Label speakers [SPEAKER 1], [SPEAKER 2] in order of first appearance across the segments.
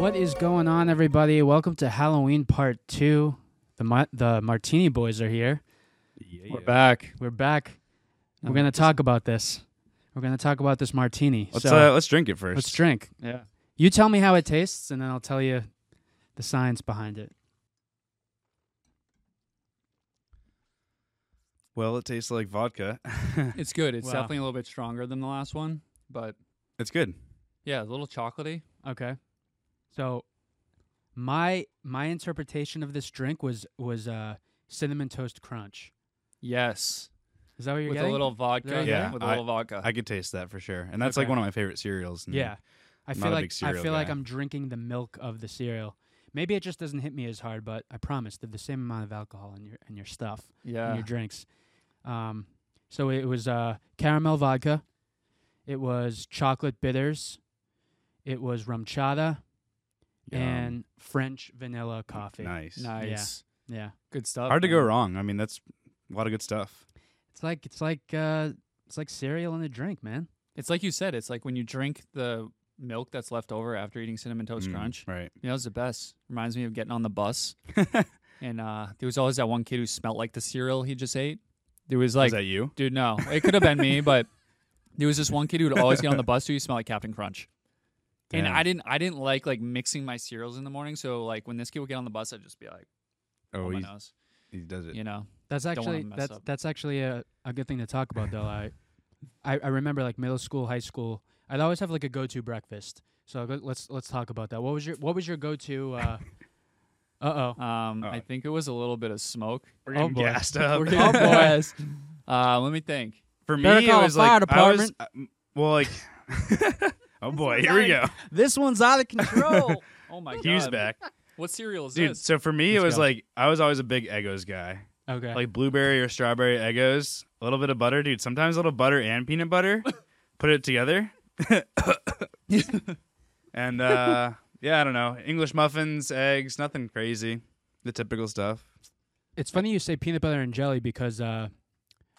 [SPEAKER 1] What is going on, everybody? Welcome to Halloween Part Two. The Ma- the Martini Boys are here.
[SPEAKER 2] We're back.
[SPEAKER 1] We're back. We're
[SPEAKER 2] Um,
[SPEAKER 1] gonna
[SPEAKER 2] this-
[SPEAKER 1] talk about this. We're gonna talk about this martini.
[SPEAKER 2] Let's
[SPEAKER 1] so
[SPEAKER 2] uh, let's drink it first.
[SPEAKER 1] let's drink.
[SPEAKER 2] yeah.
[SPEAKER 1] You tell me how it tastes, and then I'll tell you the science behind it.
[SPEAKER 2] Well, it tastes like vodka.
[SPEAKER 3] It's good. It's
[SPEAKER 1] Wow.
[SPEAKER 3] definitely a little bit stronger than the last one, but
[SPEAKER 2] it's good.
[SPEAKER 3] yeah, a little chocolatey.
[SPEAKER 1] Okay. So my my interpretation of this drink was was uh, cinnamon toast crunch.
[SPEAKER 3] Yes,
[SPEAKER 1] Is that what you're
[SPEAKER 3] with
[SPEAKER 1] getting?
[SPEAKER 3] a little vodka.
[SPEAKER 1] okay?
[SPEAKER 2] Yeah,
[SPEAKER 3] with a little vodka.
[SPEAKER 2] I could taste that for sure, and that's like
[SPEAKER 1] Okay.
[SPEAKER 2] one of my favorite cereals. and
[SPEAKER 1] yeah. I
[SPEAKER 2] Mm-hmm. not
[SPEAKER 1] feel
[SPEAKER 2] a
[SPEAKER 1] like
[SPEAKER 2] big
[SPEAKER 1] I
[SPEAKER 2] cereal
[SPEAKER 1] feel like
[SPEAKER 2] guy.
[SPEAKER 1] I'm drinking the milk of the cereal. Maybe it just doesn't hit me as hard, but I promise there's the same amount of alcohol in your in your stuff. in
[SPEAKER 3] yeah,
[SPEAKER 1] your drinks. Um, so it was uh, caramel vodka. It was chocolate bitters. It was rum chata
[SPEAKER 2] Yum.
[SPEAKER 1] and French vanilla coffee.
[SPEAKER 2] um, nice.
[SPEAKER 3] nice,
[SPEAKER 1] Yeah,
[SPEAKER 3] good stuff.
[SPEAKER 2] Hard to go
[SPEAKER 3] man.
[SPEAKER 2] wrong. I mean, that's a lot of good stuff.
[SPEAKER 1] it's like it's like uh, it's like cereal in a drink, man.
[SPEAKER 3] It's like you said. It's like when you drink the milk that's left over after eating cinnamon toast
[SPEAKER 2] Mm,
[SPEAKER 3] crunch.
[SPEAKER 2] Right.
[SPEAKER 3] You know, it's the best. Reminds me of getting on the bus, and uh, there was always that one kid who smelled like the cereal he just ate. There was
[SPEAKER 2] Is
[SPEAKER 3] like,
[SPEAKER 2] that you?
[SPEAKER 3] dude, no, it could have been me, but there was this one kid who would always get on the bus who smelled like Captain Crunch.
[SPEAKER 2] Damn.
[SPEAKER 3] And I didn't I didn't like like mixing my cereals in the morning. So like when this kid would get on the bus, I'd just be like,
[SPEAKER 2] Oh,
[SPEAKER 3] oh, my
[SPEAKER 2] he,
[SPEAKER 3] nose.
[SPEAKER 2] he does it.
[SPEAKER 3] You know.
[SPEAKER 1] That's
[SPEAKER 3] wanna
[SPEAKER 1] actually
[SPEAKER 3] mess
[SPEAKER 1] that's
[SPEAKER 3] up.
[SPEAKER 1] that's actually a, a good thing to talk about though. I, I I remember like middle school, high school. I'd always have like a go-to breakfast. So go- let's let's talk about that. What was your what was your go-to? Uh oh.
[SPEAKER 3] Um
[SPEAKER 2] Oh.
[SPEAKER 3] I think it was a little bit of smoke.
[SPEAKER 2] We're
[SPEAKER 1] getting boy.
[SPEAKER 2] gassed up.
[SPEAKER 1] We're
[SPEAKER 3] Oh
[SPEAKER 1] getting-
[SPEAKER 3] boy. uh let me think.
[SPEAKER 2] For me,
[SPEAKER 1] Better
[SPEAKER 2] it
[SPEAKER 1] call the
[SPEAKER 2] was
[SPEAKER 1] fire
[SPEAKER 2] like I was-
[SPEAKER 1] department.
[SPEAKER 2] uh, m- well, like. oh boy, here we go.
[SPEAKER 1] This one's out of
[SPEAKER 3] Control. oh my god.
[SPEAKER 2] Hugh's back,
[SPEAKER 3] What cereal is
[SPEAKER 2] dude.
[SPEAKER 3] this?
[SPEAKER 2] So for me, it
[SPEAKER 1] Let's
[SPEAKER 2] was
[SPEAKER 1] go.
[SPEAKER 2] like I was always a big Egos guy.
[SPEAKER 1] okay.
[SPEAKER 2] like blueberry or strawberry Eggos, a little bit of butter, dude. Sometimes a little butter and peanut butter. put it together. and uh yeah, I don't know. English muffins, eggs, nothing crazy. The typical stuff.
[SPEAKER 1] It's funny you say peanut butter and jelly because uh,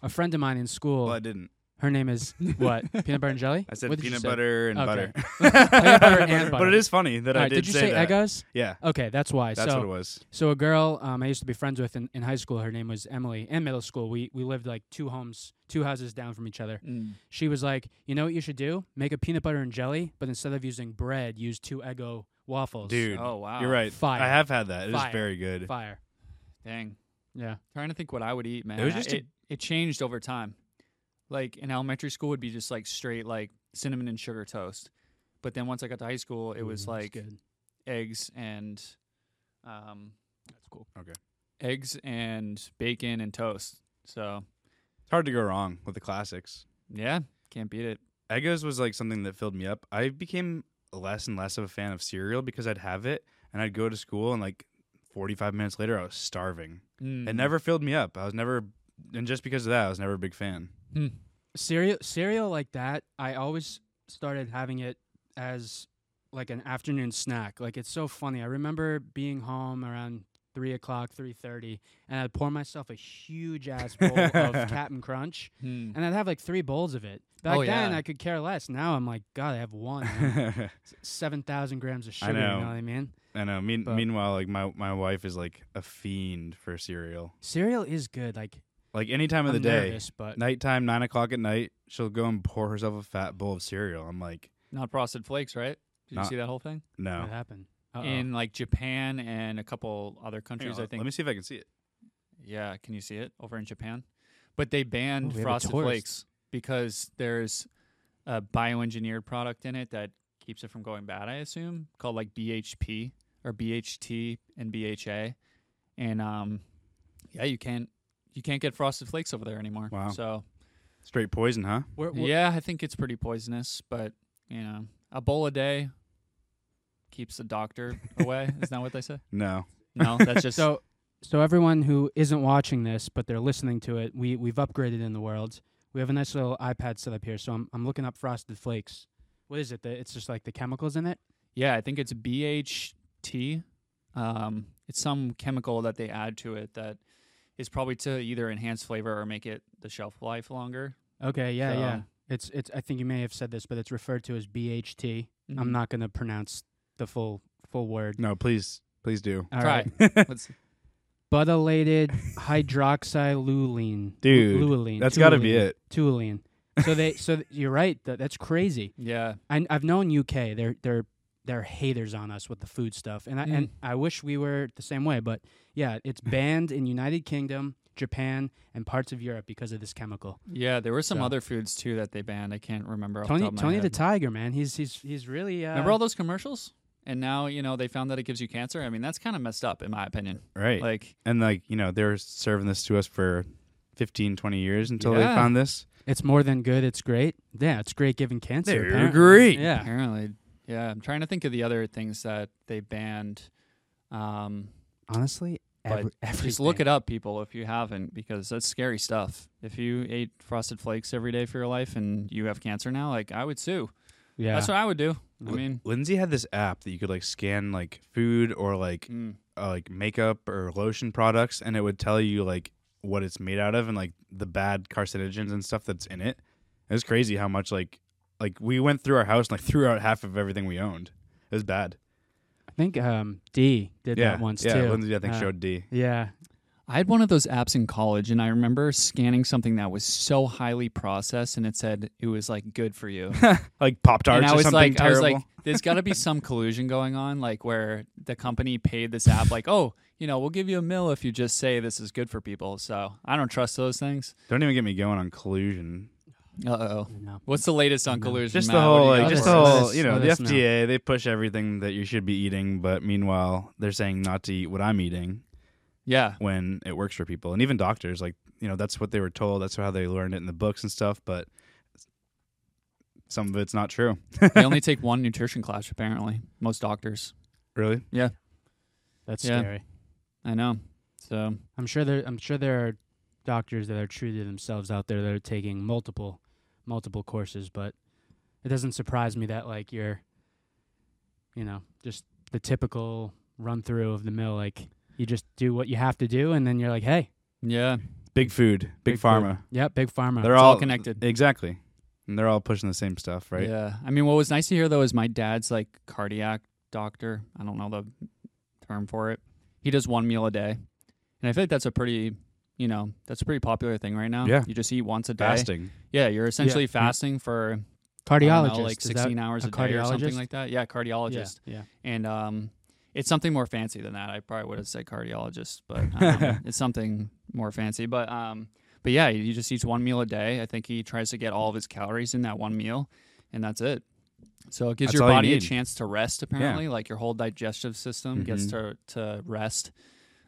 [SPEAKER 1] a friend of mine in school,
[SPEAKER 2] Well, I didn't.
[SPEAKER 1] her name is what? peanut butter and jelly?
[SPEAKER 2] I said
[SPEAKER 1] What did you
[SPEAKER 2] peanut
[SPEAKER 1] say?
[SPEAKER 2] butter and
[SPEAKER 1] Okay.
[SPEAKER 2] butter.
[SPEAKER 1] Peanut butter and butter.
[SPEAKER 2] But it is funny that I
[SPEAKER 1] Alright,
[SPEAKER 2] did,
[SPEAKER 1] you
[SPEAKER 2] say,
[SPEAKER 1] say
[SPEAKER 2] that.
[SPEAKER 1] Eggos?
[SPEAKER 2] Yeah,
[SPEAKER 1] Okay, that's why.
[SPEAKER 2] that's
[SPEAKER 1] so,
[SPEAKER 2] what it was.
[SPEAKER 1] so a girl um, I used to be friends with in, in high school, her name was Emily. In middle school, we we lived like two homes, two houses down from each other.
[SPEAKER 3] Mm.
[SPEAKER 1] She was like, you know what you should do? Make a peanut butter and jelly, but instead of using bread, use two Eggo waffles.
[SPEAKER 2] Dude,
[SPEAKER 3] Oh wow.
[SPEAKER 2] you're right.
[SPEAKER 1] Fire.
[SPEAKER 2] I have had that. It is
[SPEAKER 1] Fire.
[SPEAKER 2] very good.
[SPEAKER 1] fire.
[SPEAKER 3] Dang.
[SPEAKER 1] Yeah.
[SPEAKER 3] Trying to think what I would eat, man.
[SPEAKER 2] It was
[SPEAKER 3] I-
[SPEAKER 2] just a-
[SPEAKER 3] it, it changed over time. Like in elementary school would be just like straight like cinnamon and sugar toast. But then once I got to high school, it was
[SPEAKER 1] Ooh, that's
[SPEAKER 3] like
[SPEAKER 1] good.
[SPEAKER 3] eggs and um
[SPEAKER 1] That's cool.
[SPEAKER 3] eggs and bacon and toast. So
[SPEAKER 2] It's hard to go wrong with the classics.
[SPEAKER 3] yeah, can't beat it.
[SPEAKER 2] Eggos was like something that filled me up. I became less and less of a fan of cereal because I'd have it and I'd go to school and like 45 minutes later I was starving.
[SPEAKER 3] Mm-hmm.
[SPEAKER 2] It never filled me up. I was never, and just because of that, I was never a big fan.
[SPEAKER 1] cereal cereal like that i always started having it as like an afternoon snack like it's so funny i remember being home around 3 o'clock 3.30 and i'd pour myself a huge ass bowl of captain crunch
[SPEAKER 3] Mm.
[SPEAKER 1] and i'd have like three bowls of it back
[SPEAKER 3] Oh,
[SPEAKER 1] then
[SPEAKER 3] yeah.
[SPEAKER 1] i could care less now i'm like god i have one and
[SPEAKER 2] I
[SPEAKER 1] it's 7000 grams of sugar
[SPEAKER 2] know.
[SPEAKER 1] you know what i mean
[SPEAKER 2] know. Mean,
[SPEAKER 1] But-
[SPEAKER 2] meanwhile, like my, my wife is like a fiend for cereal.
[SPEAKER 1] cereal is good like
[SPEAKER 2] Like any time of
[SPEAKER 1] I'm
[SPEAKER 2] the day,
[SPEAKER 1] nervous, but
[SPEAKER 2] nighttime, nine o'clock at night, she'll go and pour herself a fat bowl of cereal. I'm like,
[SPEAKER 3] Not frosted flakes, right? Did
[SPEAKER 2] Not-
[SPEAKER 3] you see that whole thing
[SPEAKER 2] no.
[SPEAKER 1] what happened Uh-oh.
[SPEAKER 3] in like Japan and a couple other
[SPEAKER 2] Hang
[SPEAKER 3] countries?
[SPEAKER 2] on,
[SPEAKER 3] I think.
[SPEAKER 2] Let me see if I can see it.
[SPEAKER 3] Yeah, can you see it over in Japan? But they banned
[SPEAKER 1] Oh, we have a
[SPEAKER 3] frosted
[SPEAKER 1] tourist.
[SPEAKER 3] flakes because there's a bioengineered product in it that keeps it from going bad. I assume called like BHP or BHT and BHA, and um, yeah, you can't you can't get frosted flakes over there anymore.
[SPEAKER 2] Wow.
[SPEAKER 3] So
[SPEAKER 2] Straight poison, huh?
[SPEAKER 1] Where- where-
[SPEAKER 3] yeah, I think it's pretty poisonous, but you know, a bowl a day keeps the doctor away. Isn't that what they say?
[SPEAKER 2] No.
[SPEAKER 3] No, that's just
[SPEAKER 1] So, so everyone who isn't watching this but they're listening to it, we we've upgraded in the world. We have a nice little iPad set up here, so I'm I'm looking up Frosted Flakes. What is it? The, it's just like the chemicals in it.
[SPEAKER 3] Yeah, I think it's BHT. Um, it's some chemical that they add to it that is probably to either enhance flavor or make it the shelf life longer.
[SPEAKER 1] Okay, yeah, yeah.
[SPEAKER 3] So-
[SPEAKER 1] It's it's. I think you may have said this, but it's referred to as BHT.
[SPEAKER 3] Mhm.
[SPEAKER 1] I'm
[SPEAKER 2] Mm-hmm.
[SPEAKER 1] not gonna pronounce the full full word.
[SPEAKER 2] No, please, please do.
[SPEAKER 1] All
[SPEAKER 3] Try.
[SPEAKER 1] right.
[SPEAKER 3] Let's,
[SPEAKER 1] Butylated hydroxyluline.
[SPEAKER 2] Dude,
[SPEAKER 1] Luline.
[SPEAKER 2] That's got to be
[SPEAKER 1] Toluene.
[SPEAKER 2] it.
[SPEAKER 1] Tulane. So they, so th- you're right. That, that's crazy.
[SPEAKER 3] yeah.
[SPEAKER 1] I, I've known UK. They're they're they're haters on us with the food stuff, and I and I wish we were the same way. But yeah, it's banned in United Kingdom, Japan, and parts of Europe because of this chemical.
[SPEAKER 3] Yeah, there were some
[SPEAKER 1] So-
[SPEAKER 3] other foods too that they banned. I can't remember. Off the
[SPEAKER 1] Tony
[SPEAKER 3] top of my
[SPEAKER 1] Tony the
[SPEAKER 3] head.
[SPEAKER 1] Tiger, man. He's he's he's really. Uh,
[SPEAKER 3] remember all those commercials? And now you know they found that it gives you cancer. I mean, that's kind of messed up, in my opinion.
[SPEAKER 2] Right.
[SPEAKER 3] Like,
[SPEAKER 2] and like, you know, they were serving this to us for 15, 20 years until they
[SPEAKER 3] Yeah.
[SPEAKER 2] found this.
[SPEAKER 1] it's more than good. It's great. Yeah, it's great giving cancer.
[SPEAKER 2] They're
[SPEAKER 1] apparently.
[SPEAKER 2] great.
[SPEAKER 1] Yeah.
[SPEAKER 3] apparently, yeah. I'm trying to think of the other things that they banned. Um,
[SPEAKER 1] Honestly,
[SPEAKER 3] But
[SPEAKER 1] every, everything.
[SPEAKER 3] just look it up, people, if you haven't, because that's scary stuff. If you ate frosted flakes every day for your life and you have cancer now, like I would sue.
[SPEAKER 1] Yeah.
[SPEAKER 3] That's what I would do. I
[SPEAKER 2] Li-
[SPEAKER 3] mean,
[SPEAKER 2] Lindsay had this app that you could like scan like food or like
[SPEAKER 3] mm,
[SPEAKER 2] uh, like makeup or lotion products, and it would tell you like what it's made out of and like the bad carcinogens and stuff that's in it. It was crazy how much like like we went through our house and like threw out half of everything we owned. It was bad.
[SPEAKER 1] I think um, D did
[SPEAKER 2] yeah,
[SPEAKER 1] that once
[SPEAKER 2] yeah.
[SPEAKER 1] too.
[SPEAKER 2] Lindsay, I think
[SPEAKER 1] Uh,
[SPEAKER 2] showed D.
[SPEAKER 1] Yeah.
[SPEAKER 3] I had one of those apps in college, and I remember scanning something that was so highly processed, and it said it was like good for you.
[SPEAKER 2] Like Pop Tarts
[SPEAKER 3] and I
[SPEAKER 2] or
[SPEAKER 3] was
[SPEAKER 2] something
[SPEAKER 3] like,
[SPEAKER 2] terrible.
[SPEAKER 3] I was like, there's got to be some collusion going on, like where the company paid this app, like, oh, you know, we'll give you a mill if you just say this is good for people. So I don't trust those things.
[SPEAKER 2] Don't even get me going on collusion.
[SPEAKER 3] Uh oh.
[SPEAKER 1] No.
[SPEAKER 3] What's the latest on collusion?
[SPEAKER 2] Just the
[SPEAKER 3] Matt? What
[SPEAKER 2] whole,
[SPEAKER 3] do
[SPEAKER 2] like,
[SPEAKER 3] you got
[SPEAKER 2] just
[SPEAKER 3] for
[SPEAKER 2] the
[SPEAKER 3] us?
[SPEAKER 1] Let
[SPEAKER 2] whole,
[SPEAKER 1] us-
[SPEAKER 2] you know,
[SPEAKER 1] let
[SPEAKER 2] the
[SPEAKER 1] us know.
[SPEAKER 2] FDA. They push everything that you should be eating, but meanwhile, they're saying not to eat what I'm eating.
[SPEAKER 3] Yeah.
[SPEAKER 2] when it works for people and even doctors like you know that's what they were told that's how they learned it in the books and stuff but some of it's not true
[SPEAKER 3] they only take one nutrition class, apparently, most doctors.
[SPEAKER 2] really
[SPEAKER 1] That's
[SPEAKER 3] Yeah.
[SPEAKER 1] scary.
[SPEAKER 3] I know. So,
[SPEAKER 1] I'm sure there. I'm sure there are doctors that are true to themselves out there that are taking multiple, multiple courses. But it doesn't surprise me that like you're, you know, just the typical run through of the mill. Like you just do what you have to do, and then you're like, hey,
[SPEAKER 3] yeah.
[SPEAKER 2] big food big,
[SPEAKER 1] Big food.
[SPEAKER 2] pharma
[SPEAKER 1] yep, big pharma.
[SPEAKER 2] they're
[SPEAKER 3] It's all
[SPEAKER 2] all,
[SPEAKER 3] connected.
[SPEAKER 2] exactly and they're all pushing the same stuff right
[SPEAKER 3] Yeah. I mean, what was nice to hear though is my dad's like cardiac doctor. I don't know the term for it. He does one meal a day, and I feel like that's a pretty, you know, that's a pretty popular thing right now.
[SPEAKER 2] Yeah.
[SPEAKER 3] You just eat once a day.
[SPEAKER 2] fasting
[SPEAKER 3] Yeah. You're essentially
[SPEAKER 1] Yeah.
[SPEAKER 3] fasting for I don't know,
[SPEAKER 1] cardiologists,
[SPEAKER 3] like
[SPEAKER 1] is that
[SPEAKER 3] 16 hours
[SPEAKER 1] a
[SPEAKER 3] a, day or something
[SPEAKER 1] cardiologist?
[SPEAKER 3] like that. Yeah,
[SPEAKER 1] Yeah,
[SPEAKER 3] cardiologist.
[SPEAKER 1] yeah.
[SPEAKER 3] And um, it's something more fancy than that. I probably would have said cardiologist, but um, it's something more fancy. But um, but yeah, he just eats one meal a day. I think he tries to get all of his calories in that one meal, and that's it. So it gives
[SPEAKER 2] That's
[SPEAKER 3] your
[SPEAKER 2] all you
[SPEAKER 3] body a
[SPEAKER 2] need.
[SPEAKER 3] chance to rest. Apparently, like your whole digestive system gets
[SPEAKER 1] Mm-hmm.
[SPEAKER 3] to to rest,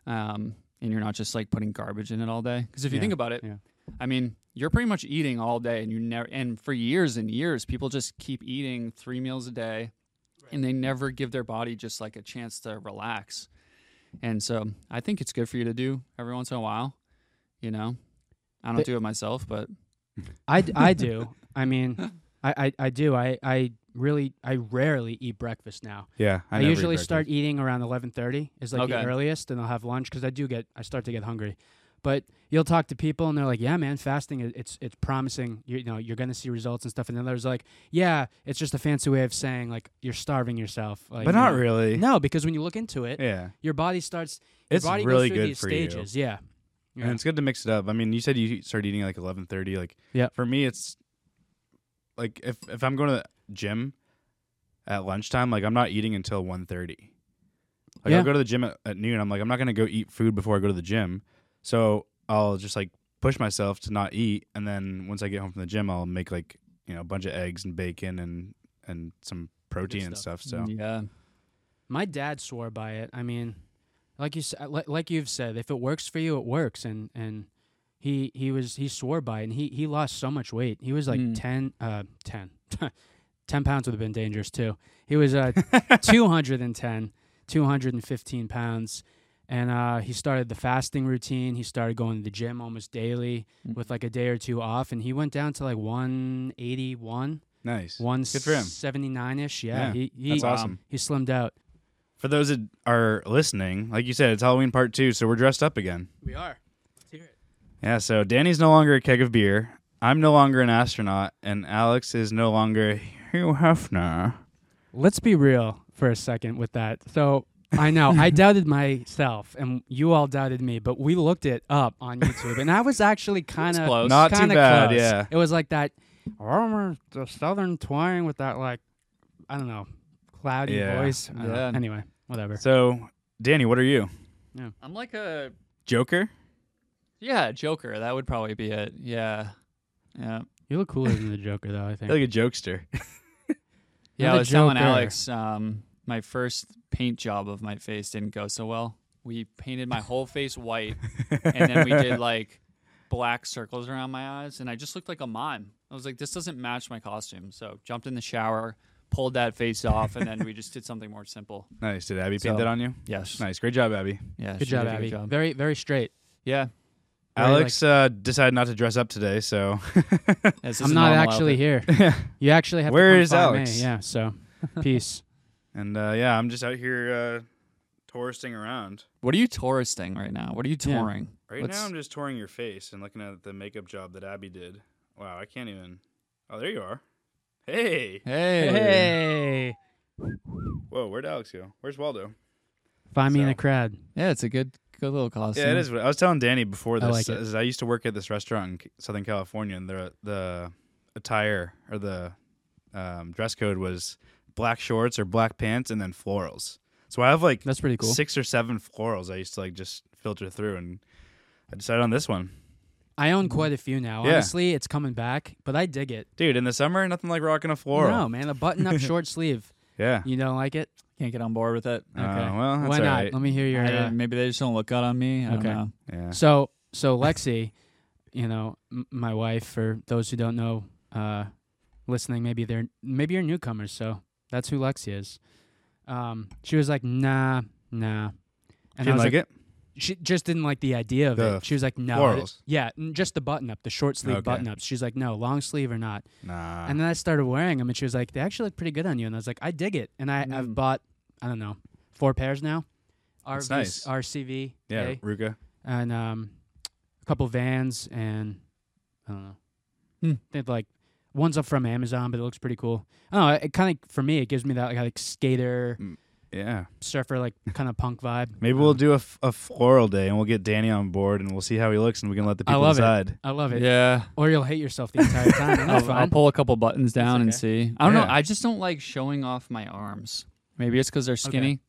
[SPEAKER 3] um, and you're not just like putting garbage in it all day. Because if you
[SPEAKER 1] Yeah,
[SPEAKER 3] think about it,
[SPEAKER 1] yeah.
[SPEAKER 3] I mean, you're pretty much eating all day, and you never and for years and years, people just keep eating three meals a day, and they never give their body just like a chance to relax. And so I think it's good for you to do every once in a while. You know, I don't
[SPEAKER 1] But-
[SPEAKER 3] do it myself, but
[SPEAKER 1] I, d- I do. I mean, I, I, I do. I, I really, I rarely eat breakfast now.
[SPEAKER 2] yeah
[SPEAKER 1] I,
[SPEAKER 2] never eat
[SPEAKER 1] usually
[SPEAKER 2] breakfast.
[SPEAKER 1] start eating around 11:30 is like the
[SPEAKER 3] Okay.
[SPEAKER 1] earliest, and I'll have lunch because I do get I start to get hungry. But you'll talk to people and they're like, "Yeah, man, fasting i- it's it's promising. You, know, you're gonna see results and stuff." And then there's like, "Yeah, it's just a fancy way of saying like you're starving yourself." Like,
[SPEAKER 2] but
[SPEAKER 1] you
[SPEAKER 2] not
[SPEAKER 1] know.
[SPEAKER 2] really
[SPEAKER 1] No, because when you look into it,
[SPEAKER 2] yeah
[SPEAKER 1] your body starts. Your
[SPEAKER 2] It's
[SPEAKER 1] body goes
[SPEAKER 2] really
[SPEAKER 1] through
[SPEAKER 2] good
[SPEAKER 1] these
[SPEAKER 2] for you.
[SPEAKER 1] stages. Yeah. Yeah.
[SPEAKER 2] and it's good to mix it up i mean you said you start eating like 11.30 like
[SPEAKER 1] Yeah.
[SPEAKER 2] for me it's like if, if i'm going to the gym at lunchtime like i'm not eating until 1.30 like
[SPEAKER 1] Yeah.
[SPEAKER 2] i'll go to the gym at, at noon i'm like i'm not going to go eat food before i go to the gym so i'll just like push myself to not eat and then once i get home from the gym i'll make like you know a bunch of eggs and bacon and and some protein and
[SPEAKER 1] stuff. Mm-hmm.
[SPEAKER 2] stuff so
[SPEAKER 3] yeah,
[SPEAKER 1] My dad swore by it. I mean, like you s- like, like you've said, if it works for you, it works. And and he he was he swore by it, and he he lost so much weight. He was like
[SPEAKER 3] Mm.
[SPEAKER 1] ten uh ten. 10 pounds would have been dangerous too. He was uh 210, 215 pounds. And uh, he started the fasting routine. He started going to the gym almost daily
[SPEAKER 2] Mm.
[SPEAKER 1] with like a day or two off. And he went down to like 181,
[SPEAKER 2] nice
[SPEAKER 1] 179 ish. Yeah.
[SPEAKER 2] Yeah,
[SPEAKER 1] he, he,
[SPEAKER 2] that's
[SPEAKER 3] Wow.
[SPEAKER 2] awesome
[SPEAKER 1] he slimmed out.
[SPEAKER 2] for those that are listening like you said it's halloween part two so we're dressed up again
[SPEAKER 1] We are.
[SPEAKER 2] Yeah, so Danny's no longer a keg of beer. I'm no longer an astronaut, and Alex is no longer Hugh Hefner.
[SPEAKER 1] Let's be real for a second with that. So I know I doubted myself, and you all doubted me, but we looked it up on YouTube, and I was actually kind of
[SPEAKER 3] close.
[SPEAKER 2] Not too
[SPEAKER 1] kinda
[SPEAKER 2] bad,
[SPEAKER 1] close.
[SPEAKER 2] yeah.
[SPEAKER 1] It was like that armor, the southern twang with that like, I don't know, cloudy
[SPEAKER 2] Yeah.
[SPEAKER 1] voice. I don't know.
[SPEAKER 3] Yeah.
[SPEAKER 1] Anyway, whatever.
[SPEAKER 2] So, Danny, what are you?
[SPEAKER 3] I'm like a
[SPEAKER 2] Joker?
[SPEAKER 3] yeah Joker. That would probably be it. Yeah, yeah.
[SPEAKER 1] You look cooler than the Joker, though. I think.
[SPEAKER 2] You're like a jokester.
[SPEAKER 3] Yeah,
[SPEAKER 1] Not
[SPEAKER 3] I
[SPEAKER 1] a
[SPEAKER 3] was telling
[SPEAKER 1] Joker.
[SPEAKER 3] Alex um, my first paint job of my face didn't go so well. We painted my whole face white, and then we did like black circles around my eyes, and I just looked like a mime. I was like, this doesn't match my costume. So jumped in the shower, pulled that face off, and then we just did something more simple.
[SPEAKER 2] nice. Did Abby paint
[SPEAKER 3] So-
[SPEAKER 2] that on you?
[SPEAKER 3] Yes.
[SPEAKER 2] Nice. Great job, Abby.
[SPEAKER 3] Yeah.
[SPEAKER 1] Good
[SPEAKER 3] she
[SPEAKER 1] job,
[SPEAKER 3] did a
[SPEAKER 1] Abby.
[SPEAKER 3] job.
[SPEAKER 1] Very, very straight.
[SPEAKER 3] Yeah.
[SPEAKER 1] Very,
[SPEAKER 2] Alex uh, decided not to dress up today, so
[SPEAKER 3] This is
[SPEAKER 1] I'm not
[SPEAKER 3] normal
[SPEAKER 1] actually
[SPEAKER 3] outfit.
[SPEAKER 1] here. You actually have.
[SPEAKER 2] Where
[SPEAKER 1] to come
[SPEAKER 2] is
[SPEAKER 1] find
[SPEAKER 2] Alex?
[SPEAKER 1] Me. Yeah. So, peace.
[SPEAKER 2] and uh, yeah, I'm just out here uh, touristing around.
[SPEAKER 3] What are you touristing right now? What are you
[SPEAKER 1] Yeah.
[SPEAKER 3] touring?
[SPEAKER 2] Right
[SPEAKER 3] What's-
[SPEAKER 2] now, I'm just touring your face and looking at the makeup job that Abby did. Wow, I can't even. Oh, there you are. Hey.
[SPEAKER 3] Hey.
[SPEAKER 1] Hey.
[SPEAKER 2] Whoa, where'd Alex go? Where's Waldo?
[SPEAKER 1] Find me in
[SPEAKER 2] So-
[SPEAKER 1] the crowd.
[SPEAKER 3] Yeah, it's a good, good little costume.
[SPEAKER 2] Yeah, it is. what- I was telling Danny before
[SPEAKER 1] I
[SPEAKER 2] this.
[SPEAKER 1] like it.
[SPEAKER 2] is I used to work at this restaurant in C- Southern California, and the the attire or the um, dress code was black shorts or black pants, and then florals. So I have like
[SPEAKER 1] That's pretty cool.
[SPEAKER 2] six or seven florals. I used to like just filter through, and I decided on this one,
[SPEAKER 1] I own quite a few now.
[SPEAKER 2] Mm-hmm. Yeah.
[SPEAKER 1] Honestly, it's coming back, but I dig it.
[SPEAKER 2] dude. In the summer, nothing like rocking a floral.
[SPEAKER 1] No, man, a button-up short sleeve.
[SPEAKER 2] Yeah.
[SPEAKER 1] You don't like it?
[SPEAKER 3] Can't get on board with it.
[SPEAKER 2] Uh, well, that's
[SPEAKER 1] Why not?
[SPEAKER 2] alright.
[SPEAKER 1] Let me hear
[SPEAKER 3] I
[SPEAKER 1] your. uh,
[SPEAKER 3] didn't- maybe they just don't look good on me. I don't
[SPEAKER 1] Okay.
[SPEAKER 3] know.
[SPEAKER 2] Yeah.
[SPEAKER 1] So, so Lexi, you know, m- my wife. For those who don't know, uh, listening, maybe they're maybe you're newcomers. So that's who Lexi is. Um, she was like, nah, nah, and
[SPEAKER 2] Didn't
[SPEAKER 1] I was
[SPEAKER 2] like, it.
[SPEAKER 1] she just didn't like the idea of
[SPEAKER 2] The
[SPEAKER 1] it. She was like, no, I-
[SPEAKER 2] florals.
[SPEAKER 1] yeah, n- just the button up, the short sleeve
[SPEAKER 2] Okay.
[SPEAKER 1] button ups. She's like, no, long sleeve or not.
[SPEAKER 2] Nah.
[SPEAKER 1] And then I started wearing them, and she was like, "They actually look pretty good on you." And I was like, "I dig it." And I, I've
[SPEAKER 3] Mm.
[SPEAKER 1] bought, I don't know, four pairs now.
[SPEAKER 2] That's
[SPEAKER 1] RVs
[SPEAKER 2] nice.
[SPEAKER 1] RCV,
[SPEAKER 2] yeah,
[SPEAKER 1] eh?
[SPEAKER 2] Ruka.
[SPEAKER 1] and um, a couple Vans, and I don't know.
[SPEAKER 3] Hmm.
[SPEAKER 1] They had, like one's up from Amazon, but it looks pretty cool. I don't know. It kind of for me, it gives me that like, like skater
[SPEAKER 2] Yeah.
[SPEAKER 1] surfer like kind of punk vibe. Um,
[SPEAKER 2] Maybe
[SPEAKER 1] I
[SPEAKER 2] we'll
[SPEAKER 1] don't know.
[SPEAKER 2] do a, f- a floral day and we'll get Danny on board and we'll see how he looks and we can let the
[SPEAKER 1] I
[SPEAKER 2] people
[SPEAKER 1] love it.
[SPEAKER 2] decide.
[SPEAKER 1] I love it.
[SPEAKER 3] Yeah.
[SPEAKER 1] Or you'll hate yourself the entire time. and that's
[SPEAKER 3] I'll, I'll
[SPEAKER 1] fine.
[SPEAKER 3] pull a couple buttons down and
[SPEAKER 1] okay.
[SPEAKER 3] see. I don't know.
[SPEAKER 2] Yeah.
[SPEAKER 3] I just don't like showing off my arms. Maybe it's because they're skinny.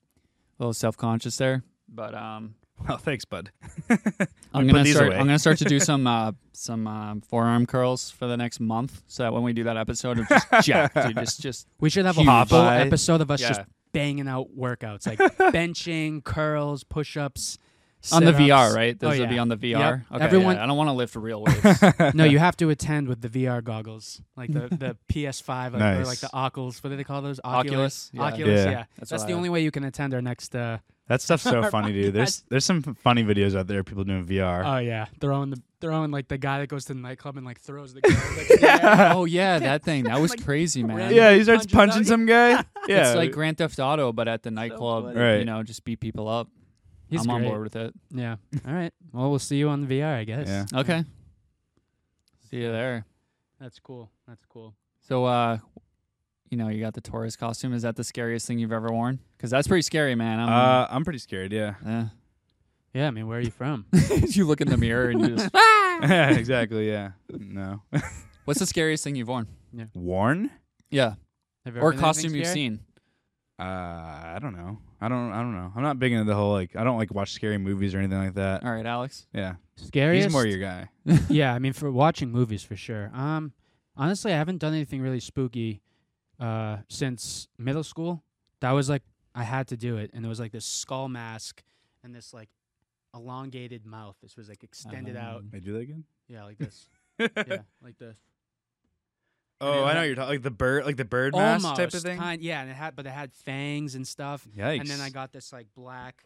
[SPEAKER 3] A little self conscious there. But um,
[SPEAKER 2] Well, Oh, thanks, bud.
[SPEAKER 3] I'm
[SPEAKER 2] put
[SPEAKER 3] gonna
[SPEAKER 2] these
[SPEAKER 3] start.
[SPEAKER 2] away.
[SPEAKER 3] I'm gonna start to do some uh, some um forearm curls for the next month, so that when we do that episode, I'm just jacked. Dude, just just
[SPEAKER 1] We should have a
[SPEAKER 3] Huge.
[SPEAKER 1] full
[SPEAKER 3] Popeye.
[SPEAKER 1] episode of us just
[SPEAKER 3] Yeah.
[SPEAKER 1] banging out workouts like benching, curls, push-ups.
[SPEAKER 3] on the
[SPEAKER 1] sit-ups.
[SPEAKER 3] VR, right? Those
[SPEAKER 1] oh,
[SPEAKER 3] would be
[SPEAKER 1] yeah.
[SPEAKER 3] on the VR.
[SPEAKER 1] Yep.
[SPEAKER 3] Okay,
[SPEAKER 1] Everyone-
[SPEAKER 3] yeah, I don't want to lift real weights.
[SPEAKER 1] no, you have to attend with the VR goggles, like the, the PS5 like, or like
[SPEAKER 2] Nice.
[SPEAKER 1] the Oculus. What do they call those?
[SPEAKER 3] Oculus, yeah.
[SPEAKER 1] Oculus. Yeah,
[SPEAKER 2] Yeah.
[SPEAKER 1] that's,
[SPEAKER 3] what
[SPEAKER 1] the
[SPEAKER 3] I-
[SPEAKER 1] only way you can attend our next. Uh,
[SPEAKER 2] That stuff's so
[SPEAKER 1] Our
[SPEAKER 2] funny, dude. There's there's some funny videos out there of people doing VR.
[SPEAKER 1] oh yeah, throwing the throwing like the guy that goes to the nightclub and like throws the. Guy, like, yeah.
[SPEAKER 3] oh yeah, that thing. That was
[SPEAKER 1] Like,
[SPEAKER 3] crazy, man.
[SPEAKER 1] Yeah,
[SPEAKER 2] yeah,
[SPEAKER 1] he
[SPEAKER 2] he
[SPEAKER 1] starts
[SPEAKER 2] starts
[SPEAKER 1] punches punching
[SPEAKER 2] punching
[SPEAKER 1] out-
[SPEAKER 2] some guy. Yeah,
[SPEAKER 3] It's like Grand Theft Auto, but at the nightclub.
[SPEAKER 2] funny. Right.
[SPEAKER 3] You know, just beat people up.
[SPEAKER 1] He's
[SPEAKER 3] I'm on
[SPEAKER 1] great.
[SPEAKER 3] board with it.
[SPEAKER 1] Yeah. All right. Well, we'll see you on VR, I guess.
[SPEAKER 2] Yeah.
[SPEAKER 3] Okay. See you there.
[SPEAKER 1] That's cool. That's cool.
[SPEAKER 3] So, uh, you know, you got the Taurus costume. Is that the scariest thing you've ever worn? Because that's pretty scary, man.
[SPEAKER 1] Um,
[SPEAKER 3] I'm,
[SPEAKER 2] uh, I'm pretty scared. Yeah,
[SPEAKER 3] yeah.
[SPEAKER 1] Yeah. I mean, where are you from?
[SPEAKER 3] you look in the mirror and you just.
[SPEAKER 2] exactly. Yeah, no.
[SPEAKER 3] What's the scariest thing you've worn?
[SPEAKER 2] Worn?
[SPEAKER 3] Yeah.
[SPEAKER 1] Have you ever
[SPEAKER 3] Or
[SPEAKER 1] been anything
[SPEAKER 3] costume you've
[SPEAKER 1] scary?
[SPEAKER 3] seen?
[SPEAKER 2] Uh, I don't know. I don't. I don't know. I'm not big into the whole like. I don't like watch scary movies or anything like that.
[SPEAKER 3] All right, Alex.
[SPEAKER 2] Yeah,
[SPEAKER 1] Scariest.
[SPEAKER 2] he's more your guy.
[SPEAKER 1] yeah, I mean for watching movies for sure. Um honestly, I haven't done anything really spooky uh since middle school. That was like I had to do it and it was like this skull mask and this like elongated mouth. This was like extended out.
[SPEAKER 3] Um,
[SPEAKER 2] I do that again.
[SPEAKER 1] Yeah, like this. yeah, like this.
[SPEAKER 2] Oh, I know what you're talking like the bird, like the bird mask type of
[SPEAKER 1] Almost,
[SPEAKER 2] thing.
[SPEAKER 1] kind- yeah, and it had but it had fangs and stuff.
[SPEAKER 2] Yikes!
[SPEAKER 1] And then I got this like black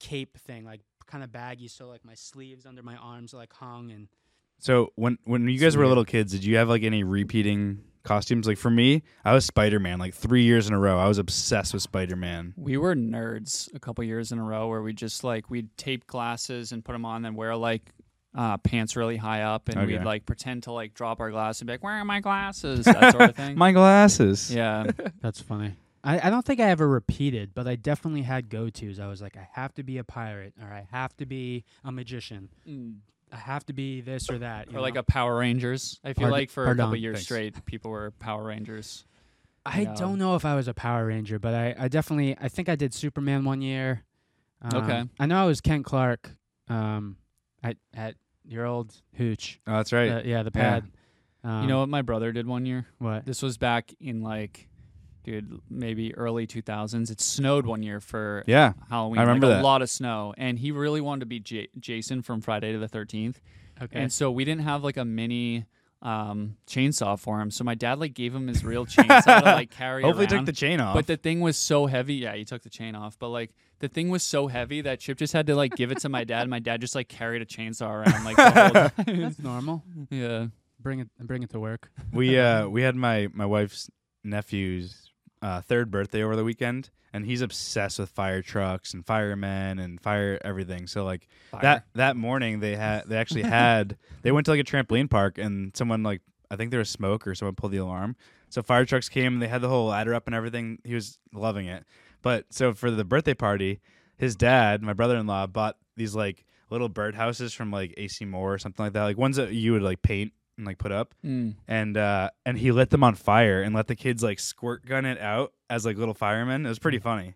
[SPEAKER 1] cape thing, like kind of baggy, so like my sleeves under my arms like hung and
[SPEAKER 2] So when when you
[SPEAKER 1] It's
[SPEAKER 2] guys were
[SPEAKER 1] weird.
[SPEAKER 2] little kids, did you have like any repeating costumes? Like for me, I was Spider Man like three years in a row. I was obsessed with Spider Man.
[SPEAKER 3] We were nerds a couple years in a row where we just like we'd tape glasses and put them on and wear like uh, pants really high up, and we'd
[SPEAKER 2] Okay.
[SPEAKER 3] like pretend to like drop our glass and be like, "Where are my glasses?" That sort of thing.
[SPEAKER 2] My glasses.
[SPEAKER 3] yeah,
[SPEAKER 1] That's funny. I, I don't think I ever repeated, but I definitely had go tos. I was like, I have to be a pirate, or I have to be a magician. I have to be this or that. you
[SPEAKER 3] or like
[SPEAKER 1] know?
[SPEAKER 3] a Power Rangers. I feel
[SPEAKER 1] Pardon-
[SPEAKER 3] like for a couple
[SPEAKER 1] pardon.
[SPEAKER 3] years
[SPEAKER 2] Thanks.
[SPEAKER 3] straight, people were Power Rangers.
[SPEAKER 1] I
[SPEAKER 3] Yeah.
[SPEAKER 1] don't know if I was a Power Ranger, but I, I definitely I think I did Superman one year. Um,
[SPEAKER 3] Okay.
[SPEAKER 1] I know I was Kent Clark, um, at at your old hooch.
[SPEAKER 2] Oh, that's right.
[SPEAKER 1] Uh, yeah, the
[SPEAKER 2] Yeah.
[SPEAKER 1] pad.
[SPEAKER 2] Uh-huh.
[SPEAKER 1] Um,
[SPEAKER 3] you know what my brother did one year?
[SPEAKER 1] what?
[SPEAKER 3] This was back in like, dude, maybe early 2000s. It snowed one year for
[SPEAKER 2] yeah.
[SPEAKER 3] Halloween.
[SPEAKER 2] I remember
[SPEAKER 3] like a
[SPEAKER 2] that.
[SPEAKER 3] lot of snow, and he really wanted to be J- Jason from Friday to the 13th.
[SPEAKER 1] Okay.
[SPEAKER 3] And so we didn't have like a mini um chainsaw for him. So my dad like gave him his real chainsaw to like carry
[SPEAKER 2] Hopefully,
[SPEAKER 3] around.
[SPEAKER 2] took the chain off.
[SPEAKER 3] But the thing was so heavy. Yeah, he took the chain off. But like the thing was so heavy that Chip just had to like give it to my dad. and My dad just like carried a chainsaw around like the whole time.
[SPEAKER 1] That's normal.
[SPEAKER 3] yeah.
[SPEAKER 1] Bring it bring it to work.
[SPEAKER 2] we uh we had my my wife's nephew's uh, third birthday over the weekend, and he's obsessed with fire trucks and firemen and fire everything. So like that that morning they had they actually had they went to like a trampoline park and someone like I think there was smoke or someone pulled the alarm. So fire trucks came and they had the whole ladder up and everything. He was loving it. But so for the birthday party, his dad, my brother in law, bought these like little birdhouses from like AC Moore or something like that. Like ones that you would like paint and like put up
[SPEAKER 3] Mm.
[SPEAKER 2] and uh and he lit them on fire and let the kids like squirt gun it out as like little firemen. It was pretty funny.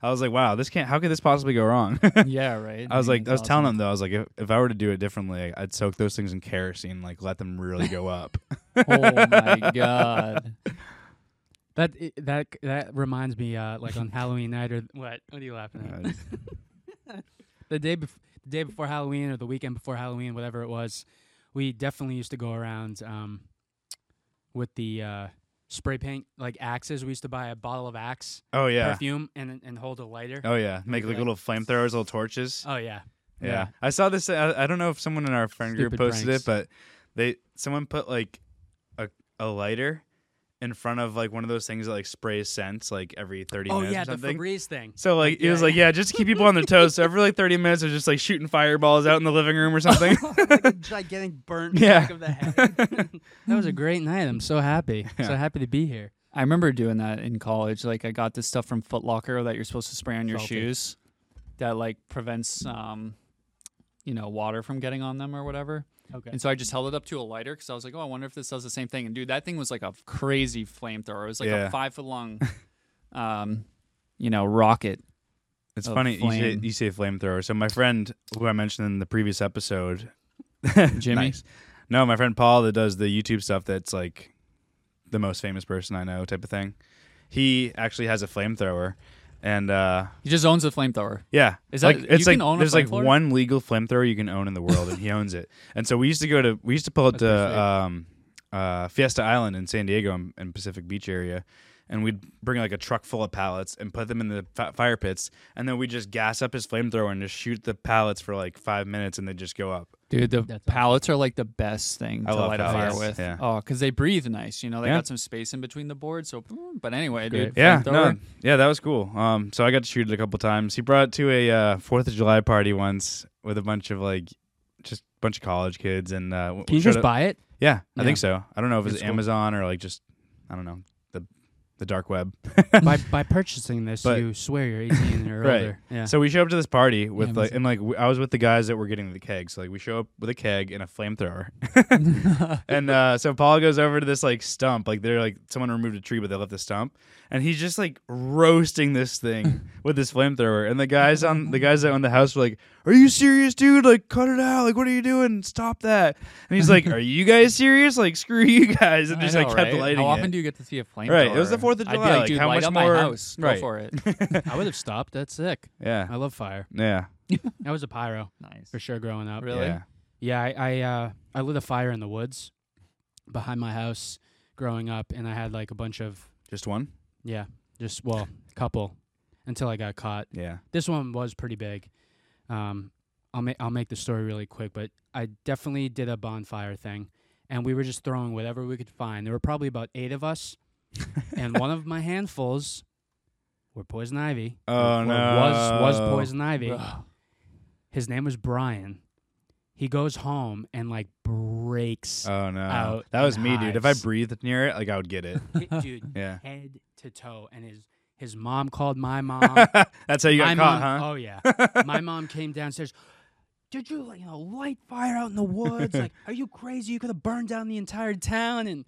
[SPEAKER 2] I was like, wow, this can't. How could this possibly go wrong?
[SPEAKER 3] Yeah. Right. Mm,
[SPEAKER 2] I was like,
[SPEAKER 3] That's
[SPEAKER 2] I was telling
[SPEAKER 3] awesome.
[SPEAKER 2] him though, I was like, if, if I were to do it differently, I'd soak those things in kerosene, like let them really go up.
[SPEAKER 3] oh my god.
[SPEAKER 1] That i- that that reminds me, uh, like on Halloween night or what? What are you laughing at?
[SPEAKER 2] Uh,
[SPEAKER 1] the day bef- the day before Halloween or the weekend before Halloween, whatever it was, we definitely used to go around um, with the uh, spray paint, like axes. We used to buy a bottle of Axe
[SPEAKER 2] oh yeah,
[SPEAKER 1] perfume and and hold a lighter.
[SPEAKER 2] oh yeah, make like
[SPEAKER 1] Like-
[SPEAKER 2] little flamethrowers, little torches.
[SPEAKER 1] Oh yeah,
[SPEAKER 2] yeah.
[SPEAKER 1] yeah.
[SPEAKER 2] I saw this. uh, I, I don't know if someone in our friend
[SPEAKER 1] Stupid
[SPEAKER 2] group posted
[SPEAKER 1] pranks.
[SPEAKER 2] it, but they someone put like a a lighter in front of like one of those things that like sprays scents like every thirty
[SPEAKER 1] oh
[SPEAKER 2] minutes
[SPEAKER 1] yeah,
[SPEAKER 2] or
[SPEAKER 1] the
[SPEAKER 2] something.
[SPEAKER 1] Febreze thing.
[SPEAKER 2] So like it
[SPEAKER 1] yeah,
[SPEAKER 2] was like yeah, just to keep people on their toes. So every like thirty minutes, they're just like shooting fireballs out in the living room or something.
[SPEAKER 1] like a gigantic burnt
[SPEAKER 2] Yeah.
[SPEAKER 1] back of the head. that was a great night. I'm so happy. So
[SPEAKER 2] Yeah.
[SPEAKER 1] happy to be here.
[SPEAKER 3] I remember doing that in college. Like I got this stuff from Foot Locker that you're supposed to spray on your
[SPEAKER 1] Salty.
[SPEAKER 3] shoes that like prevents um you know, water from getting on them or whatever.
[SPEAKER 1] Okay.
[SPEAKER 3] And so I just held it up to a lighter because I was like, oh, I wonder if this does the same thing. And dude, that thing was like a f- crazy flamethrower. It was like a
[SPEAKER 2] Yeah.
[SPEAKER 3] five foot long, um, you know, rocket.
[SPEAKER 2] It's
[SPEAKER 3] A
[SPEAKER 2] funny you say,
[SPEAKER 3] flame.
[SPEAKER 2] you say flamethrower. So my friend who I mentioned in the previous episode,
[SPEAKER 3] Jimmy?
[SPEAKER 2] Nice. No, my friend Paul that does the YouTube stuff. That's like the most famous person I know, type of thing. He actually has a flamethrower, and uh,
[SPEAKER 3] He just owns a flamethrower.
[SPEAKER 2] yeah,
[SPEAKER 3] Is that-
[SPEAKER 2] like, it's like
[SPEAKER 3] you can own a
[SPEAKER 2] there's like
[SPEAKER 3] flamethrower?
[SPEAKER 2] one legal flamethrower you can own in the world, and he owns it. And so we used to go to we used to pull it
[SPEAKER 1] That's pretty
[SPEAKER 2] to um, uh, Fiesta Island in San Diego and, and Pacific Beach area, and we'd bring like a truck full of pallets and put them in the fi fire pits, and then we would just gas up his flamethrower and just shoot the pallets for like five minutes, and they just go up.
[SPEAKER 3] Dude, the
[SPEAKER 1] That's awesome.
[SPEAKER 3] pallets are like the best thing
[SPEAKER 2] I
[SPEAKER 3] to
[SPEAKER 2] love
[SPEAKER 3] light a fire
[SPEAKER 2] pallets.
[SPEAKER 3] with.
[SPEAKER 2] Yeah.
[SPEAKER 3] Oh, because they breathe nice. You know, they
[SPEAKER 2] Yeah.
[SPEAKER 3] got some space in between the boards. So, but anyway,
[SPEAKER 1] Great.
[SPEAKER 3] dude.
[SPEAKER 2] Yeah,
[SPEAKER 3] flamethrower.
[SPEAKER 2] no, yeah, that was cool. Um, so I got to shoot it a couple times. He brought it to a uh, Fourth of July party once with a bunch of like just bunch of college kids, and uh, w-
[SPEAKER 1] Can you
[SPEAKER 2] showed
[SPEAKER 1] just
[SPEAKER 2] it-
[SPEAKER 1] buy it?
[SPEAKER 2] Yeah, I
[SPEAKER 1] Yeah.
[SPEAKER 2] think so. I don't know if it's
[SPEAKER 3] That's cool.
[SPEAKER 2] Amazon or like just I don't know the the dark web.
[SPEAKER 1] by by purchasing this,
[SPEAKER 2] But-
[SPEAKER 1] you swear you're 18 or
[SPEAKER 2] Right.
[SPEAKER 1] older. Yeah.
[SPEAKER 2] So we show up to this party with
[SPEAKER 3] Yeah,
[SPEAKER 2] like
[SPEAKER 3] Amazon.
[SPEAKER 2] and like w- I was with the guys that were getting the kegs. Like we show up with a keg and a flamethrower, and uh, so Paul goes over to this like stump. Like they're like someone removed a tree, but they left the stump, and he's just like roasting this thing with this flamethrower. And the guys on the guys that own the house were like, "Are you serious, dude? Like cut it out! Like what are you doing? Stop that!" And he's like, "Are you guys serious? Like screw you guys!" And
[SPEAKER 3] I
[SPEAKER 2] just
[SPEAKER 3] know,
[SPEAKER 2] like kept
[SPEAKER 3] right?
[SPEAKER 2] lighting
[SPEAKER 3] How
[SPEAKER 2] it.
[SPEAKER 3] often do you get to see a flamethrower?
[SPEAKER 2] Right, it was the 4th of
[SPEAKER 3] I'd be
[SPEAKER 2] July,
[SPEAKER 3] like,
[SPEAKER 2] like,
[SPEAKER 3] dude,
[SPEAKER 2] how
[SPEAKER 3] light
[SPEAKER 2] much
[SPEAKER 3] up
[SPEAKER 2] more-
[SPEAKER 3] my house. Go
[SPEAKER 2] Right.
[SPEAKER 3] for it.
[SPEAKER 1] I would have stopped. That's sick.
[SPEAKER 2] yeah,
[SPEAKER 1] I love fire.
[SPEAKER 2] yeah,
[SPEAKER 1] I was a pyro
[SPEAKER 3] nice.
[SPEAKER 1] for sure growing up.
[SPEAKER 3] Really?
[SPEAKER 2] yeah.
[SPEAKER 1] Yeah, I I, uh, I lit a fire in the woods behind my house growing up, and I had like a bunch of
[SPEAKER 2] Just one.
[SPEAKER 1] yeah, just well, couple until I got caught.
[SPEAKER 2] Yeah.
[SPEAKER 1] This one was pretty big. Um, I'll make I'll make the story really quick, but I definitely did a bonfire thing, and we were just throwing whatever we could find. There were probably about eight of us, and one of my handfuls were poison ivy.
[SPEAKER 2] Oh,
[SPEAKER 1] Or was was
[SPEAKER 2] no.
[SPEAKER 1] poison ivy.
[SPEAKER 3] Ugh.
[SPEAKER 1] His name was Brian. He goes home and like breaks.
[SPEAKER 2] Oh no,
[SPEAKER 1] Out
[SPEAKER 2] that was
[SPEAKER 1] in
[SPEAKER 2] me, dude. If I
[SPEAKER 1] hives.
[SPEAKER 2] breathed near it, like I would get it.
[SPEAKER 1] Hit- dude,
[SPEAKER 2] Yeah.
[SPEAKER 1] head to toe, and his his mom called my mom.
[SPEAKER 2] That's how you got
[SPEAKER 1] my
[SPEAKER 2] caught,
[SPEAKER 1] mom,
[SPEAKER 2] huh?
[SPEAKER 1] Oh yeah. my mom came downstairs. Did you like, you know light fire out in the woods? like, are you crazy? You could have burned down the entire town. And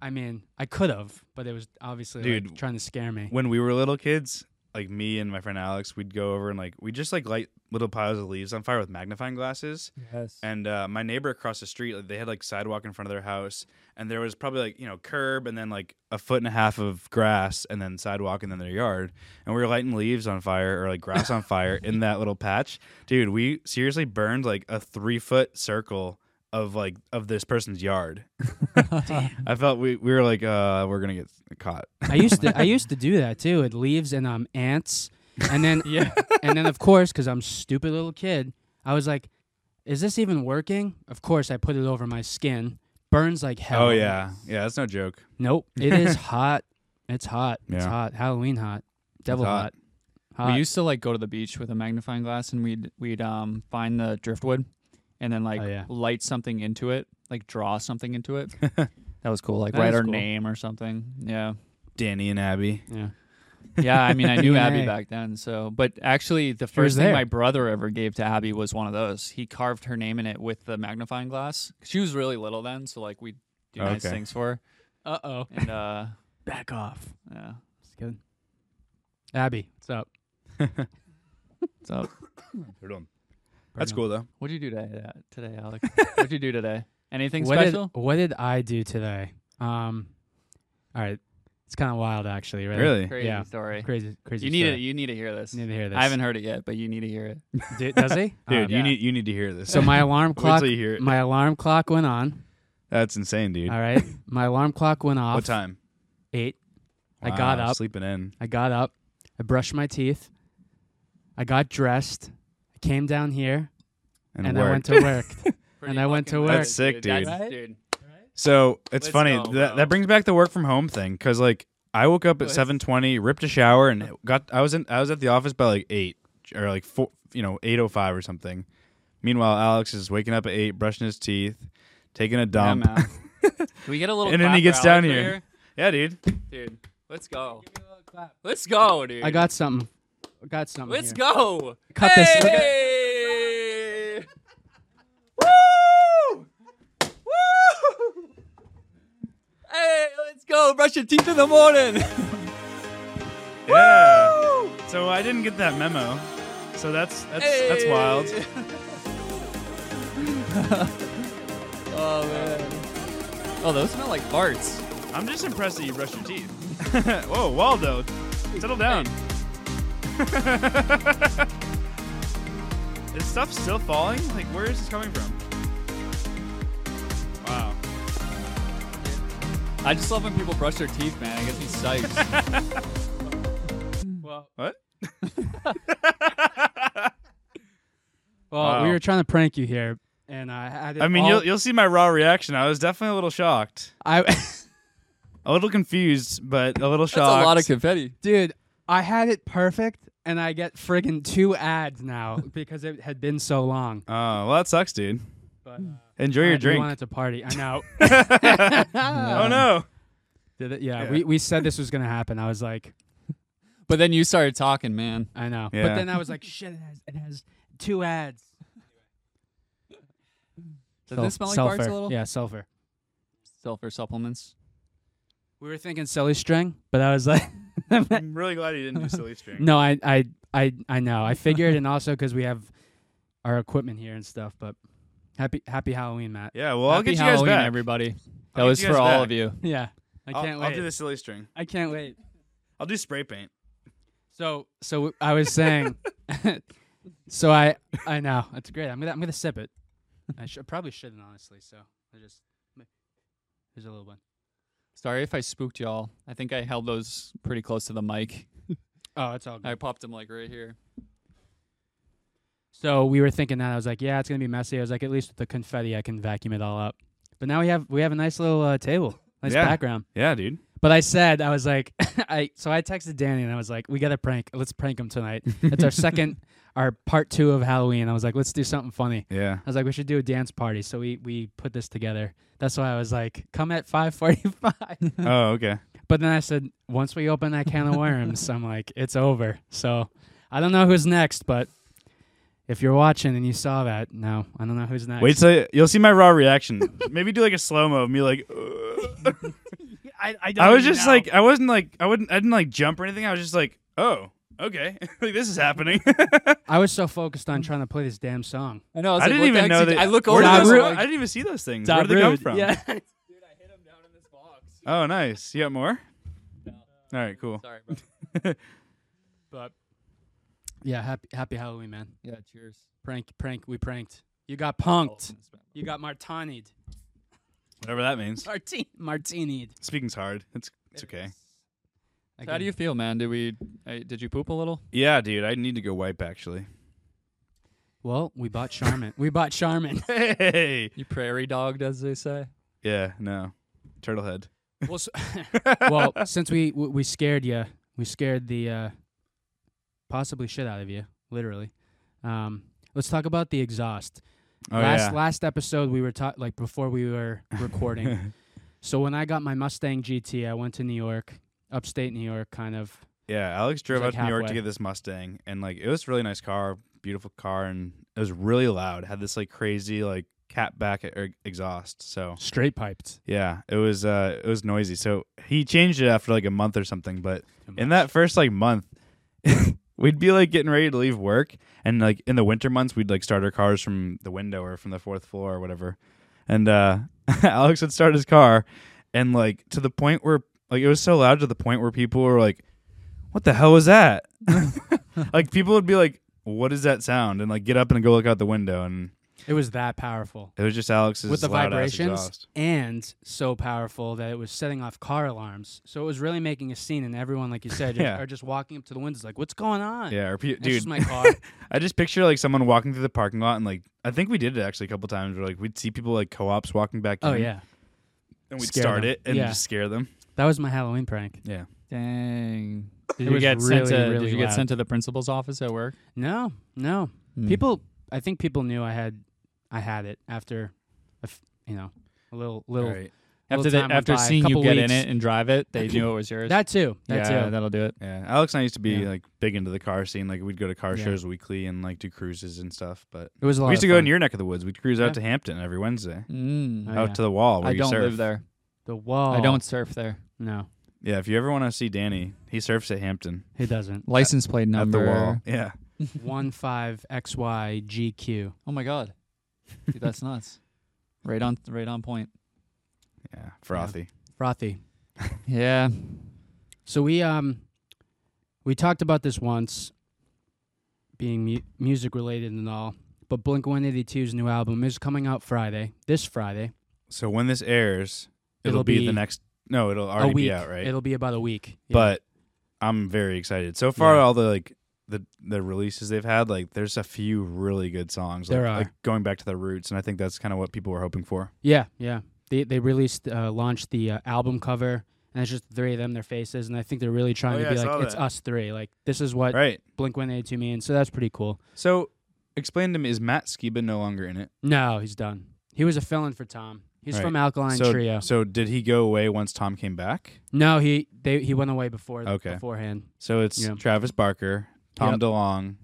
[SPEAKER 1] I mean, I could have, but it was obviously like,
[SPEAKER 2] Dude.
[SPEAKER 1] trying to scare me.
[SPEAKER 2] When we were little kids, like me and my friend Alex, we'd go over and like we just like light little piles of leaves on fire with magnifying glasses.
[SPEAKER 3] Yes.
[SPEAKER 2] And uh, my neighbor across the street, like, they had like sidewalk in front of their house, and there was probably like you know curb and then like a foot and a half of grass and then sidewalk and then their yard. And we were lighting leaves on fire or like grass on fire in that little patch, dude. We seriously burned like a three foot circle of like of this person's yard. I felt we we were like uh we're gonna get caught.
[SPEAKER 1] I used to I used to do that too. It leaves and um ants, and then yeah, and then of course because I'm a stupid little kid, I was like, is this even working? Of course I put it over my skin. Burns like hell.
[SPEAKER 2] Oh yeah, yeah, that's no joke.
[SPEAKER 1] Nope. It is hot. It's hot. It's
[SPEAKER 2] Yeah.
[SPEAKER 1] hot. Halloween hot. Devil
[SPEAKER 2] hot.
[SPEAKER 1] hot. Hot.
[SPEAKER 3] We used to like go to the beach with a magnifying glass and we'd we'd um find the driftwood and then like
[SPEAKER 1] Oh, yeah.
[SPEAKER 3] light something into it, like draw something into it. that was cool. Like
[SPEAKER 1] That
[SPEAKER 3] write
[SPEAKER 1] is
[SPEAKER 3] our
[SPEAKER 1] cool.
[SPEAKER 3] name or something. Yeah.
[SPEAKER 2] Danny and Abby.
[SPEAKER 1] yeah.
[SPEAKER 3] Yeah, I mean I knew Abby
[SPEAKER 1] DNA.
[SPEAKER 3] back then, so but actually the first
[SPEAKER 1] there.
[SPEAKER 3] thing my brother ever gave to Abby was one of those. He carved her name in it with the magnifying glass. She was really little then, so like we do nice
[SPEAKER 2] Oh, Okay.
[SPEAKER 3] things for her.
[SPEAKER 1] Uh oh.
[SPEAKER 3] And uh
[SPEAKER 1] Back off.
[SPEAKER 3] yeah.
[SPEAKER 1] It's good. Abby, what's up?
[SPEAKER 3] So
[SPEAKER 2] That's cool though.
[SPEAKER 3] what did you do today, uh, today Alex? What'd you do today? Anything
[SPEAKER 1] what
[SPEAKER 3] special?
[SPEAKER 1] Did, what did I do today? Um, all right. It's kind of wild actually. Really.
[SPEAKER 2] Really?
[SPEAKER 3] Crazy
[SPEAKER 1] Yeah.
[SPEAKER 3] story.
[SPEAKER 1] Crazy. Crazy.
[SPEAKER 3] You need it.
[SPEAKER 1] story.
[SPEAKER 3] You need to hear this.
[SPEAKER 1] Need to hear this.
[SPEAKER 3] I haven't heard it yet, but you need to hear it.
[SPEAKER 1] Do- Does he?
[SPEAKER 2] Dude,
[SPEAKER 1] Um,
[SPEAKER 2] you
[SPEAKER 3] yeah.
[SPEAKER 2] need you need to hear this.
[SPEAKER 1] So my alarm
[SPEAKER 2] Wait till
[SPEAKER 1] clock,
[SPEAKER 2] you hear it.
[SPEAKER 1] my alarm clock went on.
[SPEAKER 2] That's insane, dude.
[SPEAKER 1] All right, my alarm clock went off.
[SPEAKER 2] What time?
[SPEAKER 1] Eight. I got
[SPEAKER 2] Wow,
[SPEAKER 1] up.
[SPEAKER 2] Sleeping in.
[SPEAKER 1] I got up. I brushed my teeth. I got dressed. I came down here
[SPEAKER 2] And,
[SPEAKER 1] I
[SPEAKER 2] worked.
[SPEAKER 1] went to work. And I went to work.
[SPEAKER 2] That's sick, dude.
[SPEAKER 3] That's-
[SPEAKER 1] Right?
[SPEAKER 2] So it's
[SPEAKER 3] Let's
[SPEAKER 2] funny
[SPEAKER 3] go,
[SPEAKER 2] that
[SPEAKER 3] bro.
[SPEAKER 2] that brings back the work from home thing because like I woke up at
[SPEAKER 3] Let's-
[SPEAKER 2] seven twenty, ripped a shower, and got I was in I was at the office by like eight or like four, you know, eight oh five or something. Meanwhile, Alex is waking up at eight, brushing his teeth, taking a
[SPEAKER 3] Yeah,
[SPEAKER 1] Um,
[SPEAKER 2] dump.
[SPEAKER 3] man. Can we get a little.
[SPEAKER 2] And then he
[SPEAKER 3] clap
[SPEAKER 2] gets
[SPEAKER 3] for
[SPEAKER 2] down
[SPEAKER 3] Alex
[SPEAKER 2] here. yeah, dude.
[SPEAKER 3] right here? dude. Let's go. Let's go, dude.
[SPEAKER 1] I got something. I got something.
[SPEAKER 3] Let's
[SPEAKER 1] here.
[SPEAKER 3] go.
[SPEAKER 1] Cut
[SPEAKER 3] hey!
[SPEAKER 1] this. Look at-
[SPEAKER 3] Woo! Woo! Hey, let's go. Brush your teeth in the morning.
[SPEAKER 2] Yeah. So I didn't get that memo. So that's that's that's
[SPEAKER 3] Hey!
[SPEAKER 2] wild.
[SPEAKER 3] oh man. Oh, those smell like farts.
[SPEAKER 2] I'm just impressed that you brushed your teeth. Whoa, Waldo, settle down. is stuff still falling? Like, where is this coming from? Wow.
[SPEAKER 3] I just love when people brush their teeth, man. It gets me psyched.
[SPEAKER 1] Well,
[SPEAKER 2] What?
[SPEAKER 1] we
[SPEAKER 2] Wow.
[SPEAKER 1] were trying to prank you here, and I had. It
[SPEAKER 2] I mean,
[SPEAKER 1] all-
[SPEAKER 2] you'll you'll see my raw reaction. I was definitely a little shocked,
[SPEAKER 1] I,
[SPEAKER 2] a little confused, but a little
[SPEAKER 3] That's a
[SPEAKER 2] shocked.
[SPEAKER 3] lot of confetti.
[SPEAKER 1] dude, I had it perfect, and I get friggin' two ads now because it had been so long.
[SPEAKER 2] oh, well, that sucks, dude.
[SPEAKER 1] But uh,
[SPEAKER 3] Mm.
[SPEAKER 2] Enjoy your
[SPEAKER 1] I- We
[SPEAKER 2] drink.
[SPEAKER 1] wanted to party. I know.
[SPEAKER 2] oh no.
[SPEAKER 1] Did it? Yeah,
[SPEAKER 2] Yeah.
[SPEAKER 1] We, we said this was gonna happen. I was like,
[SPEAKER 3] But then you started talking, man.
[SPEAKER 1] I know.
[SPEAKER 2] Yeah.
[SPEAKER 1] But then I was like, shit, it has, it has two ads.
[SPEAKER 3] Does this smell like
[SPEAKER 1] sulfur.
[SPEAKER 3] farts a little?
[SPEAKER 1] Yeah, sulfur.
[SPEAKER 3] Sulfur supplements.
[SPEAKER 1] We were thinking silly string, but I was like,
[SPEAKER 2] I'm really glad you didn't do silly string.
[SPEAKER 1] no, I, I, I, I know. I figured, and also because we have our equipment here and stuff. But happy, happy Halloween, Matt.
[SPEAKER 2] Yeah, well, I'll
[SPEAKER 3] Happy
[SPEAKER 2] get you guys
[SPEAKER 3] Halloween,
[SPEAKER 2] back.
[SPEAKER 3] everybody. That
[SPEAKER 2] I'll get
[SPEAKER 3] was
[SPEAKER 2] you
[SPEAKER 3] for
[SPEAKER 2] guys
[SPEAKER 3] all
[SPEAKER 2] back.
[SPEAKER 3] of you.
[SPEAKER 1] Yeah, I can't
[SPEAKER 2] I'll,
[SPEAKER 1] wait.
[SPEAKER 2] I'll do the silly string.
[SPEAKER 1] I can't wait.
[SPEAKER 2] I'll do spray paint.
[SPEAKER 1] So, so I was saying, so I, I know it's great. I'm gonna, I'm gonna sip it. I should probably shouldn't honestly. So I just here's a little one.
[SPEAKER 3] Sorry if I spooked y'all. I think I held those pretty close to the mic.
[SPEAKER 1] Oh, it's all good.
[SPEAKER 3] I popped them like right here.
[SPEAKER 1] So we were thinking that I was like, yeah, it's gonna be messy. I was like, at least with the confetti, I can vacuum it all up. But now we have we have a nice little uh, table, nice
[SPEAKER 2] Yeah.
[SPEAKER 1] background.
[SPEAKER 2] Yeah, dude.
[SPEAKER 1] But I said I was like, I so I texted Danny and I was like, we got to prank. Let's prank him tonight. It's our second, our part two of Halloween. I was like, let's do something funny.
[SPEAKER 2] Yeah.
[SPEAKER 1] I was like, we should do a dance party. So we we put this together. That's why I was like, come at five forty five.
[SPEAKER 2] Oh, okay.
[SPEAKER 1] But then I said, once we open that can of worms, I'm like, it's over. So I don't know who's next, but if you're watching and you saw that, no, I don't know who's next.
[SPEAKER 2] Wait till you'll see my raw reaction. Maybe do like a slow mo of me like. "Ugh."
[SPEAKER 3] I,
[SPEAKER 2] I was just like I wasn't like I wouldn't I didn't like jump or anything. I was just like oh okay like this is happening.
[SPEAKER 1] I was so focused on trying to play this damn song.
[SPEAKER 3] I know. I, was
[SPEAKER 2] I
[SPEAKER 3] like,
[SPEAKER 2] didn't
[SPEAKER 3] what the
[SPEAKER 2] even
[SPEAKER 3] heck's
[SPEAKER 2] know
[SPEAKER 3] he-
[SPEAKER 2] that.
[SPEAKER 3] I look
[SPEAKER 2] where
[SPEAKER 3] over.
[SPEAKER 2] did
[SPEAKER 1] and
[SPEAKER 3] I
[SPEAKER 1] I was
[SPEAKER 2] those-
[SPEAKER 1] Darude.
[SPEAKER 3] was
[SPEAKER 2] I
[SPEAKER 3] like,
[SPEAKER 2] didn't even see those things. Where did they come from?
[SPEAKER 1] Yeah.
[SPEAKER 3] Dude, I hit him down in this box.
[SPEAKER 2] Oh, nice. You got more? All right, cool.
[SPEAKER 3] Sorry, bro.
[SPEAKER 1] but yeah, happy happy Halloween, man.
[SPEAKER 3] Yeah. Cheers.
[SPEAKER 1] Prank, prank, we pranked. You got punked.
[SPEAKER 3] Oh.
[SPEAKER 1] You got martinied.
[SPEAKER 2] Whatever that means.
[SPEAKER 1] Martin martinied.
[SPEAKER 2] Speaking's hard. It's it's okay.
[SPEAKER 3] How do you feel, man? Did we? Uh, did you poop a little?
[SPEAKER 2] Yeah, dude. I need to go wipe actually.
[SPEAKER 1] Well, we bought Charmin. we bought Charmin.
[SPEAKER 2] Hey.
[SPEAKER 3] You prairie dogged, as they say.
[SPEAKER 2] Yeah. No. Turtlehead.
[SPEAKER 1] Well, s well, since we w- we scared you, we scared the uh, possibly shit out of you, literally. Um, let's talk about the exhaust.
[SPEAKER 2] Oh
[SPEAKER 1] last
[SPEAKER 2] yeah.
[SPEAKER 1] last episode we were ta- like before we were recording. so when I got my Mustang GT, I went to New York, upstate New York, kind of.
[SPEAKER 2] yeah. Alex drove
[SPEAKER 1] like
[SPEAKER 2] out to New York to
[SPEAKER 1] halfway.
[SPEAKER 2] get this Mustang, and like it was a really nice car, beautiful car, and it was really loud. Had this like crazy like cat back e- exhaust. So
[SPEAKER 1] Straight piped.
[SPEAKER 2] yeah, it was uh it was noisy. So he changed it after like a month or something, but in that first like month we'd be like getting ready to leave work and like in the winter months we'd like start our cars from the window or from the fourth floor or whatever and uh alex would start his car and like to the point where like it was so loud to the point where people were like what the hell was that like people would be like what is that sound and like get up and go look out the window and
[SPEAKER 1] It was that powerful.
[SPEAKER 2] it was just alex's
[SPEAKER 1] With the
[SPEAKER 2] loud-ass
[SPEAKER 1] vibrations
[SPEAKER 2] exhaust.
[SPEAKER 1] and so powerful that it was setting off car alarms. So it was really making a scene, and everyone, like you said,
[SPEAKER 2] Yeah.
[SPEAKER 1] are just walking up to the windows, like, "What's going on?"
[SPEAKER 2] yeah or pe-
[SPEAKER 1] That's
[SPEAKER 2] dude
[SPEAKER 1] just my car.
[SPEAKER 2] I just picture like someone walking through the parking lot and like I think we did it actually a couple times where like we'd see people like co-ops walking back
[SPEAKER 1] oh
[SPEAKER 2] in
[SPEAKER 1] yeah,
[SPEAKER 2] and we'd
[SPEAKER 1] Scare
[SPEAKER 2] start
[SPEAKER 1] them.
[SPEAKER 2] it and
[SPEAKER 1] Yeah.
[SPEAKER 2] just scare them.
[SPEAKER 1] that was my Halloween prank.
[SPEAKER 2] Yeah.
[SPEAKER 3] Dang.
[SPEAKER 1] It
[SPEAKER 3] Did you
[SPEAKER 1] was
[SPEAKER 3] get sent
[SPEAKER 1] really,
[SPEAKER 3] to?
[SPEAKER 1] really
[SPEAKER 3] did you get
[SPEAKER 1] loud.
[SPEAKER 3] sent to the principal's office at work?
[SPEAKER 1] No, no.
[SPEAKER 2] Hmm.
[SPEAKER 3] Hmm.
[SPEAKER 1] People, I think people knew I had, I had it after, a f- you know, a little, little. little
[SPEAKER 3] after the,
[SPEAKER 1] time went
[SPEAKER 3] after
[SPEAKER 1] by, a
[SPEAKER 3] seeing you
[SPEAKER 1] couple
[SPEAKER 3] get in
[SPEAKER 1] weeks.
[SPEAKER 3] it and drive it, they knew it was yours.
[SPEAKER 1] That too. That
[SPEAKER 3] yeah,
[SPEAKER 1] too.
[SPEAKER 3] that'll do it.
[SPEAKER 2] Yeah. Alex and I used to be
[SPEAKER 1] Yeah.
[SPEAKER 2] like big into the car scene. Like we'd go to car
[SPEAKER 1] Yeah.
[SPEAKER 2] shows weekly and like do cruises and stuff. But
[SPEAKER 1] it was a lot.
[SPEAKER 2] we used
[SPEAKER 1] of
[SPEAKER 2] to go
[SPEAKER 1] fun.
[SPEAKER 2] in your neck of the woods. We'd cruise out
[SPEAKER 1] Yeah.
[SPEAKER 2] to Hampton every Wednesday.
[SPEAKER 3] Mm.
[SPEAKER 1] Oh,
[SPEAKER 2] out
[SPEAKER 1] yeah.
[SPEAKER 2] to the wall where
[SPEAKER 3] I
[SPEAKER 2] you
[SPEAKER 3] don't
[SPEAKER 2] surf.
[SPEAKER 3] live there.
[SPEAKER 1] the wall.
[SPEAKER 3] I don't surf there.
[SPEAKER 1] No,
[SPEAKER 2] Yeah, if you ever want to see Danny, he surfs at Hampton.
[SPEAKER 1] he doesn't.
[SPEAKER 3] License plate number.
[SPEAKER 2] At the wall. Yeah.
[SPEAKER 1] One five X Y G Q.
[SPEAKER 3] Oh my god, Dude, that's nuts. Right on, right on point.
[SPEAKER 2] Yeah. Frothy.
[SPEAKER 1] Frothy.
[SPEAKER 3] Yeah,
[SPEAKER 1] So we um, we talked about this once, being mu- music related and all. But Blink 182's new album is coming out Friday. This Friday.
[SPEAKER 2] So when this airs, it'll,
[SPEAKER 1] It'll
[SPEAKER 2] be,
[SPEAKER 1] be
[SPEAKER 2] the next no, it'll
[SPEAKER 1] a
[SPEAKER 2] already
[SPEAKER 1] week.
[SPEAKER 2] be out, right?
[SPEAKER 1] It'll be about a week. Yeah.
[SPEAKER 2] but I'm very excited. So far,
[SPEAKER 1] Yeah.
[SPEAKER 2] all the like the the releases they've had, like there's a few really good songs.
[SPEAKER 1] There
[SPEAKER 2] like,
[SPEAKER 1] are.
[SPEAKER 2] like going back to their roots, and I think that's kind of what people were hoping for.
[SPEAKER 1] Yeah, yeah. They they released uh, launched the uh, album cover and it's just the three of them their faces and I think they're really trying
[SPEAKER 2] Oh, yeah,
[SPEAKER 1] to be
[SPEAKER 2] I saw
[SPEAKER 1] like it's
[SPEAKER 2] that.
[SPEAKER 1] us three. Like this is what
[SPEAKER 2] right.
[SPEAKER 1] Blink-182 means. So that's pretty cool.
[SPEAKER 2] So explain to me, is Matt Skiba no longer in it?
[SPEAKER 1] No, he's done. He was a fill-in for Tom. He's
[SPEAKER 2] Right.
[SPEAKER 1] from Alkaline
[SPEAKER 2] so
[SPEAKER 1] Trio.
[SPEAKER 2] so did he go away once Tom came back?
[SPEAKER 1] No, he they he went away before
[SPEAKER 2] Okay.
[SPEAKER 1] beforehand.
[SPEAKER 2] So it's
[SPEAKER 1] Yeah.
[SPEAKER 2] Travis Barker, Tom
[SPEAKER 1] Yep.
[SPEAKER 2] DeLong,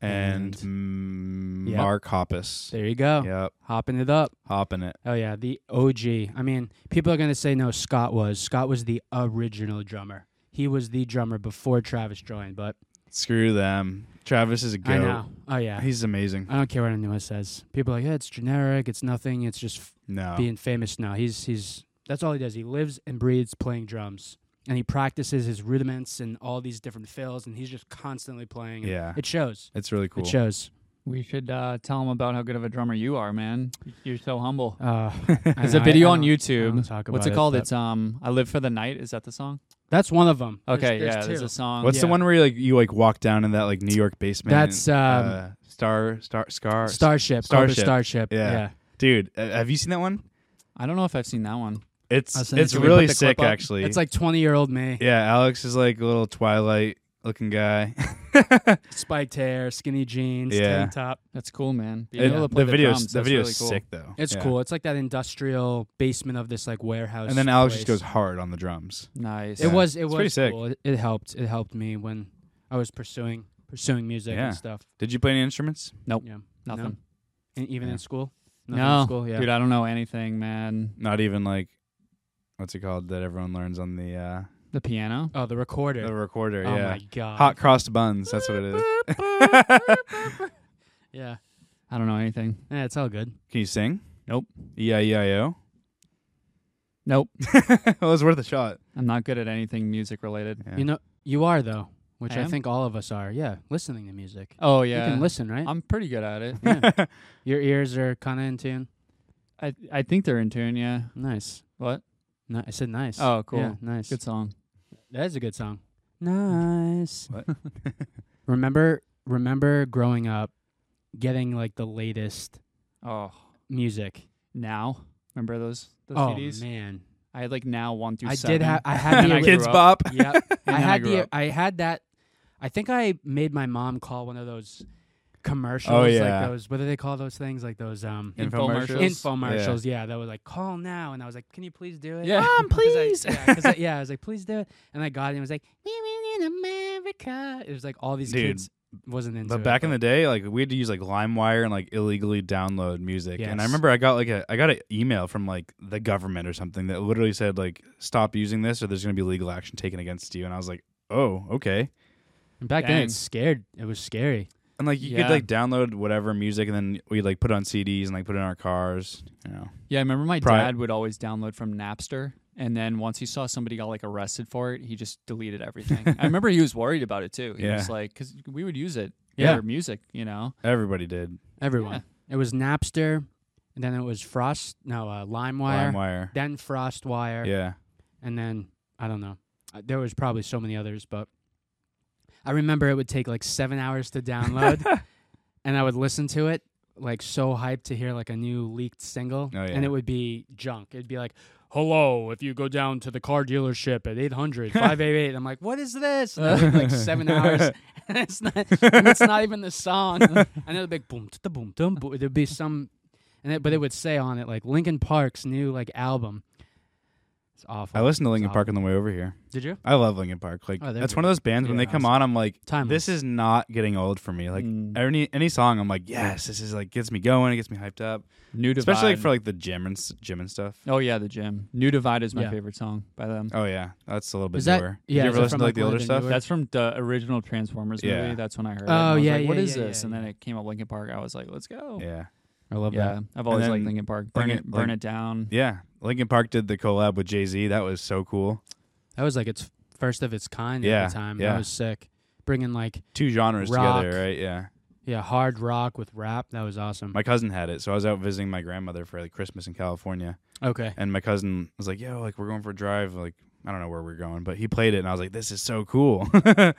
[SPEAKER 2] and, mm,
[SPEAKER 1] Yep.
[SPEAKER 2] Mark Hoppus.
[SPEAKER 1] There you go.
[SPEAKER 2] Yep,
[SPEAKER 1] Hopping it up.
[SPEAKER 2] hopping it.
[SPEAKER 1] Oh yeah, the OG. I mean, people are going to say no Scott was. Scott was the original drummer. He was the drummer before Travis joined, but
[SPEAKER 2] Screw them. Travis is a goat.
[SPEAKER 1] I know. Oh yeah.
[SPEAKER 2] He's amazing.
[SPEAKER 1] I don't care what anyone says. People are like, yeah, it's generic. It's nothing. It's just f-
[SPEAKER 2] No.
[SPEAKER 1] being famous now. He's he's that's all he does. He lives and breathes playing drums, and he practices his rudiments and all these different fills, and he's just constantly playing. and
[SPEAKER 2] yeah.
[SPEAKER 1] it shows.
[SPEAKER 2] It's really cool.
[SPEAKER 1] It shows.
[SPEAKER 3] we should uh, tell them about how good of a drummer you are, man. You're so humble.
[SPEAKER 1] Uh,
[SPEAKER 3] There's a video on
[SPEAKER 1] don't
[SPEAKER 3] YouTube.
[SPEAKER 1] talk
[SPEAKER 3] What's
[SPEAKER 1] about
[SPEAKER 3] it
[SPEAKER 1] it,
[SPEAKER 3] called?
[SPEAKER 1] but-
[SPEAKER 3] it's um, I live for the night. Is that the song?
[SPEAKER 1] That's one of them.
[SPEAKER 3] Okay,
[SPEAKER 1] there's,
[SPEAKER 3] yeah.
[SPEAKER 1] there's
[SPEAKER 3] There's
[SPEAKER 1] two.
[SPEAKER 3] a song.
[SPEAKER 2] What's the
[SPEAKER 1] Yeah.
[SPEAKER 2] one where like you like walk down in that like New York basement?
[SPEAKER 1] That's,
[SPEAKER 2] and,
[SPEAKER 1] um,
[SPEAKER 2] uh, Star Star Scar
[SPEAKER 1] Starship. Starship.
[SPEAKER 2] Starship.
[SPEAKER 1] Starship.
[SPEAKER 2] Yeah.
[SPEAKER 1] yeah.
[SPEAKER 2] Dude, uh, have you seen that one?
[SPEAKER 3] I don't know if I've seen that one.
[SPEAKER 1] I'll
[SPEAKER 2] It's
[SPEAKER 1] send it
[SPEAKER 2] it's
[SPEAKER 1] to you. Can we
[SPEAKER 2] really
[SPEAKER 3] put the clip
[SPEAKER 2] sick,
[SPEAKER 3] up?
[SPEAKER 2] actually.
[SPEAKER 1] It's like 20 year old me.
[SPEAKER 2] yeah, Alex is like a little Twilight looking guy.
[SPEAKER 1] Spiked hair, skinny jeans,
[SPEAKER 2] Yeah.
[SPEAKER 1] tank top.
[SPEAKER 3] That's cool, man. Being
[SPEAKER 2] And
[SPEAKER 3] able to
[SPEAKER 2] the
[SPEAKER 3] play
[SPEAKER 2] videos,
[SPEAKER 3] drums,
[SPEAKER 2] the
[SPEAKER 3] that's
[SPEAKER 2] video's
[SPEAKER 3] really cool.
[SPEAKER 2] sick though.
[SPEAKER 1] It's
[SPEAKER 2] Yeah.
[SPEAKER 1] cool. It's like that industrial basement of this like warehouse.
[SPEAKER 2] And then Alex just
[SPEAKER 1] place.
[SPEAKER 2] goes hard on the drums.
[SPEAKER 3] Nice.
[SPEAKER 1] It was it
[SPEAKER 2] It's
[SPEAKER 1] was
[SPEAKER 2] pretty sick.
[SPEAKER 1] cool. It, it helped. It helped me when I was pursuing pursuing music
[SPEAKER 2] Yeah.
[SPEAKER 1] and stuff.
[SPEAKER 2] Did you play any instruments?
[SPEAKER 1] Yeah. No.
[SPEAKER 3] nothing.
[SPEAKER 1] And even
[SPEAKER 2] Yeah.
[SPEAKER 1] in school. Nothing
[SPEAKER 3] No,
[SPEAKER 1] in school. Yeah.
[SPEAKER 3] dude, I don't know anything, man.
[SPEAKER 2] Not even like what's it called that everyone learns on the uh
[SPEAKER 3] The piano.
[SPEAKER 1] oh, the recorder.
[SPEAKER 2] the recorder,
[SPEAKER 1] oh
[SPEAKER 2] yeah.
[SPEAKER 1] my god.
[SPEAKER 2] Hot crossed buns, that's what it is.
[SPEAKER 1] Yeah.
[SPEAKER 3] I don't know anything.
[SPEAKER 1] Yeah, it's all good.
[SPEAKER 2] Can you sing?
[SPEAKER 3] Nope.
[SPEAKER 2] E I E I O.
[SPEAKER 3] Nope.
[SPEAKER 2] Well, it's worth a shot.
[SPEAKER 3] I'm not good at anything music related.
[SPEAKER 2] Yeah.
[SPEAKER 1] You know you are though, which
[SPEAKER 3] I
[SPEAKER 1] I,
[SPEAKER 3] am?
[SPEAKER 1] think all of us are. Yeah. Listening to music.
[SPEAKER 3] Oh yeah.
[SPEAKER 1] You can listen, right?
[SPEAKER 3] I'm pretty good at it.
[SPEAKER 1] Yeah. Your ears are kinda in tune.
[SPEAKER 3] I I think they're in tune. Yeah.
[SPEAKER 1] Nice.
[SPEAKER 3] What?
[SPEAKER 1] Ni- I said nice.
[SPEAKER 3] Oh, cool.
[SPEAKER 1] Yeah, nice.
[SPEAKER 3] Good song.
[SPEAKER 1] That is a good song. Nice.
[SPEAKER 2] What?
[SPEAKER 1] remember remember growing up getting like the latest
[SPEAKER 3] Oh,
[SPEAKER 1] music.
[SPEAKER 3] now remember those those
[SPEAKER 1] oh
[SPEAKER 3] CDs?
[SPEAKER 1] man.
[SPEAKER 3] I had like now one through
[SPEAKER 1] I
[SPEAKER 3] seven.
[SPEAKER 1] did have I
[SPEAKER 3] And
[SPEAKER 1] had
[SPEAKER 3] then
[SPEAKER 1] the
[SPEAKER 3] I
[SPEAKER 2] Kids
[SPEAKER 3] grew
[SPEAKER 2] Bop.
[SPEAKER 1] Yep.
[SPEAKER 3] And
[SPEAKER 1] I
[SPEAKER 3] then I
[SPEAKER 1] had
[SPEAKER 3] grew
[SPEAKER 1] the
[SPEAKER 3] up.
[SPEAKER 1] I had that I think I made my mom call one of those commercials
[SPEAKER 3] Oh,
[SPEAKER 2] yeah.
[SPEAKER 1] like those what do they call those things like those um
[SPEAKER 2] Infomercials?
[SPEAKER 1] infomercials yeah. that were like call now and I was like can you please do it
[SPEAKER 3] Yeah.
[SPEAKER 1] Mom, please yeah, 'cause I, yeah I was like please do it and I got it and it was like we win in America it was like all these
[SPEAKER 2] Dude,
[SPEAKER 1] kids wasn't into
[SPEAKER 2] But
[SPEAKER 1] it,
[SPEAKER 2] back in the day, like we had to use like LimeWire and like illegally download music. And I
[SPEAKER 1] Yes.
[SPEAKER 2] remember I got like a I got an email from like the government or something that literally said like stop using this or there's gonna be legal action taken against you. And I was like, oh okay.
[SPEAKER 1] And back then
[SPEAKER 3] Dang.
[SPEAKER 1] it scared it was scary
[SPEAKER 2] And like you
[SPEAKER 3] Yeah.
[SPEAKER 2] could like download whatever music and then we like put it on CDs and like put it in our cars. You know,
[SPEAKER 3] Yeah, I remember my
[SPEAKER 2] Pri-
[SPEAKER 3] dad would always download from Napster, and then once he saw somebody got like arrested for it, he just deleted everything. I remember he was worried about it too. He
[SPEAKER 2] Yeah.
[SPEAKER 3] was like, because we would use it
[SPEAKER 1] Yeah.
[SPEAKER 3] for music, you know.
[SPEAKER 2] everybody did
[SPEAKER 1] everyone it was Napster and then it was Frost no uh, LimeWire
[SPEAKER 2] LimeWire.
[SPEAKER 1] then FrostWire
[SPEAKER 2] Yeah,
[SPEAKER 1] and then I don't know. Uh, There was probably so many others, but I remember it would take like seven hours to download, and I would listen to it like so hyped to hear like a new leaked single,
[SPEAKER 2] Oh, yeah.
[SPEAKER 1] and it would be junk. It'd be like, "Hello, if you go down to the car dealership at 800 588 I'm like, "What is this?" And I wait, like seven hours, and it's not, and it's not even the song. and it'd be like, boom, da boom, dum, boom. There'd be some, and it, but it would say on it like Linkin Park's new like album. It's awful.
[SPEAKER 2] I listened to
[SPEAKER 1] It's
[SPEAKER 2] Linkin
[SPEAKER 1] awful.
[SPEAKER 2] Park on the way over here.
[SPEAKER 1] Did you?
[SPEAKER 2] I love Linkin Park. Like
[SPEAKER 1] Oh, they're
[SPEAKER 2] that's one of those bands when
[SPEAKER 1] Yeah,
[SPEAKER 2] they come on, I'm like,
[SPEAKER 1] Timeless.
[SPEAKER 2] this is not getting old for me. Like e-,
[SPEAKER 3] Mm.
[SPEAKER 2] any any song, I'm like, yes, this is like gets me going, it gets me hyped up.
[SPEAKER 3] New Divide,
[SPEAKER 2] Especially like for like the gym and s- gym and stuff.
[SPEAKER 3] oh yeah, the gym. New Divide is my
[SPEAKER 1] Yeah.
[SPEAKER 3] favorite song by them.
[SPEAKER 2] Oh yeah, that's a little bit
[SPEAKER 1] Is that-
[SPEAKER 2] newer.
[SPEAKER 1] yeah,
[SPEAKER 2] Did you
[SPEAKER 1] is
[SPEAKER 2] ever
[SPEAKER 1] that
[SPEAKER 2] listen
[SPEAKER 1] from,
[SPEAKER 2] to
[SPEAKER 1] like,
[SPEAKER 2] like the
[SPEAKER 1] one of
[SPEAKER 2] older
[SPEAKER 1] the
[SPEAKER 2] stuff?
[SPEAKER 1] newer-
[SPEAKER 3] That's from the original Transformers movie.
[SPEAKER 2] Yeah.
[SPEAKER 3] That's when I heard. it.
[SPEAKER 1] Oh,
[SPEAKER 3] and I was
[SPEAKER 1] yeah,
[SPEAKER 3] like, What
[SPEAKER 1] yeah,
[SPEAKER 3] is
[SPEAKER 1] yeah,
[SPEAKER 3] this?
[SPEAKER 1] yeah,
[SPEAKER 3] and then
[SPEAKER 1] yeah.
[SPEAKER 3] it came up Linkin Park. I was like, let's
[SPEAKER 1] Oh.
[SPEAKER 3] go.
[SPEAKER 2] yeah,
[SPEAKER 1] I love
[SPEAKER 3] Yeah, I've always
[SPEAKER 2] then
[SPEAKER 3] liked Linkin Park. Burn
[SPEAKER 2] Linkin-
[SPEAKER 3] it, burn
[SPEAKER 2] Link-
[SPEAKER 3] it down.
[SPEAKER 2] yeah. Linkin Park did the collab with Jay Z. That was so cool.
[SPEAKER 1] That was like its first of its kind
[SPEAKER 2] Yeah,
[SPEAKER 1] at the time.
[SPEAKER 2] yeah.
[SPEAKER 1] That was sick. Bringing like
[SPEAKER 2] Two genres
[SPEAKER 1] Rock.
[SPEAKER 2] together, right? Yeah.
[SPEAKER 1] yeah, hard rock with rap. That was awesome.
[SPEAKER 2] My cousin had it, so I was out visiting my grandmother for like Christmas in California,
[SPEAKER 1] okay.
[SPEAKER 2] and my cousin was like, "Yo, like we're going for a drive." Like I don't know where we're going, but he played it, and I was like, "This is so cool." Oh,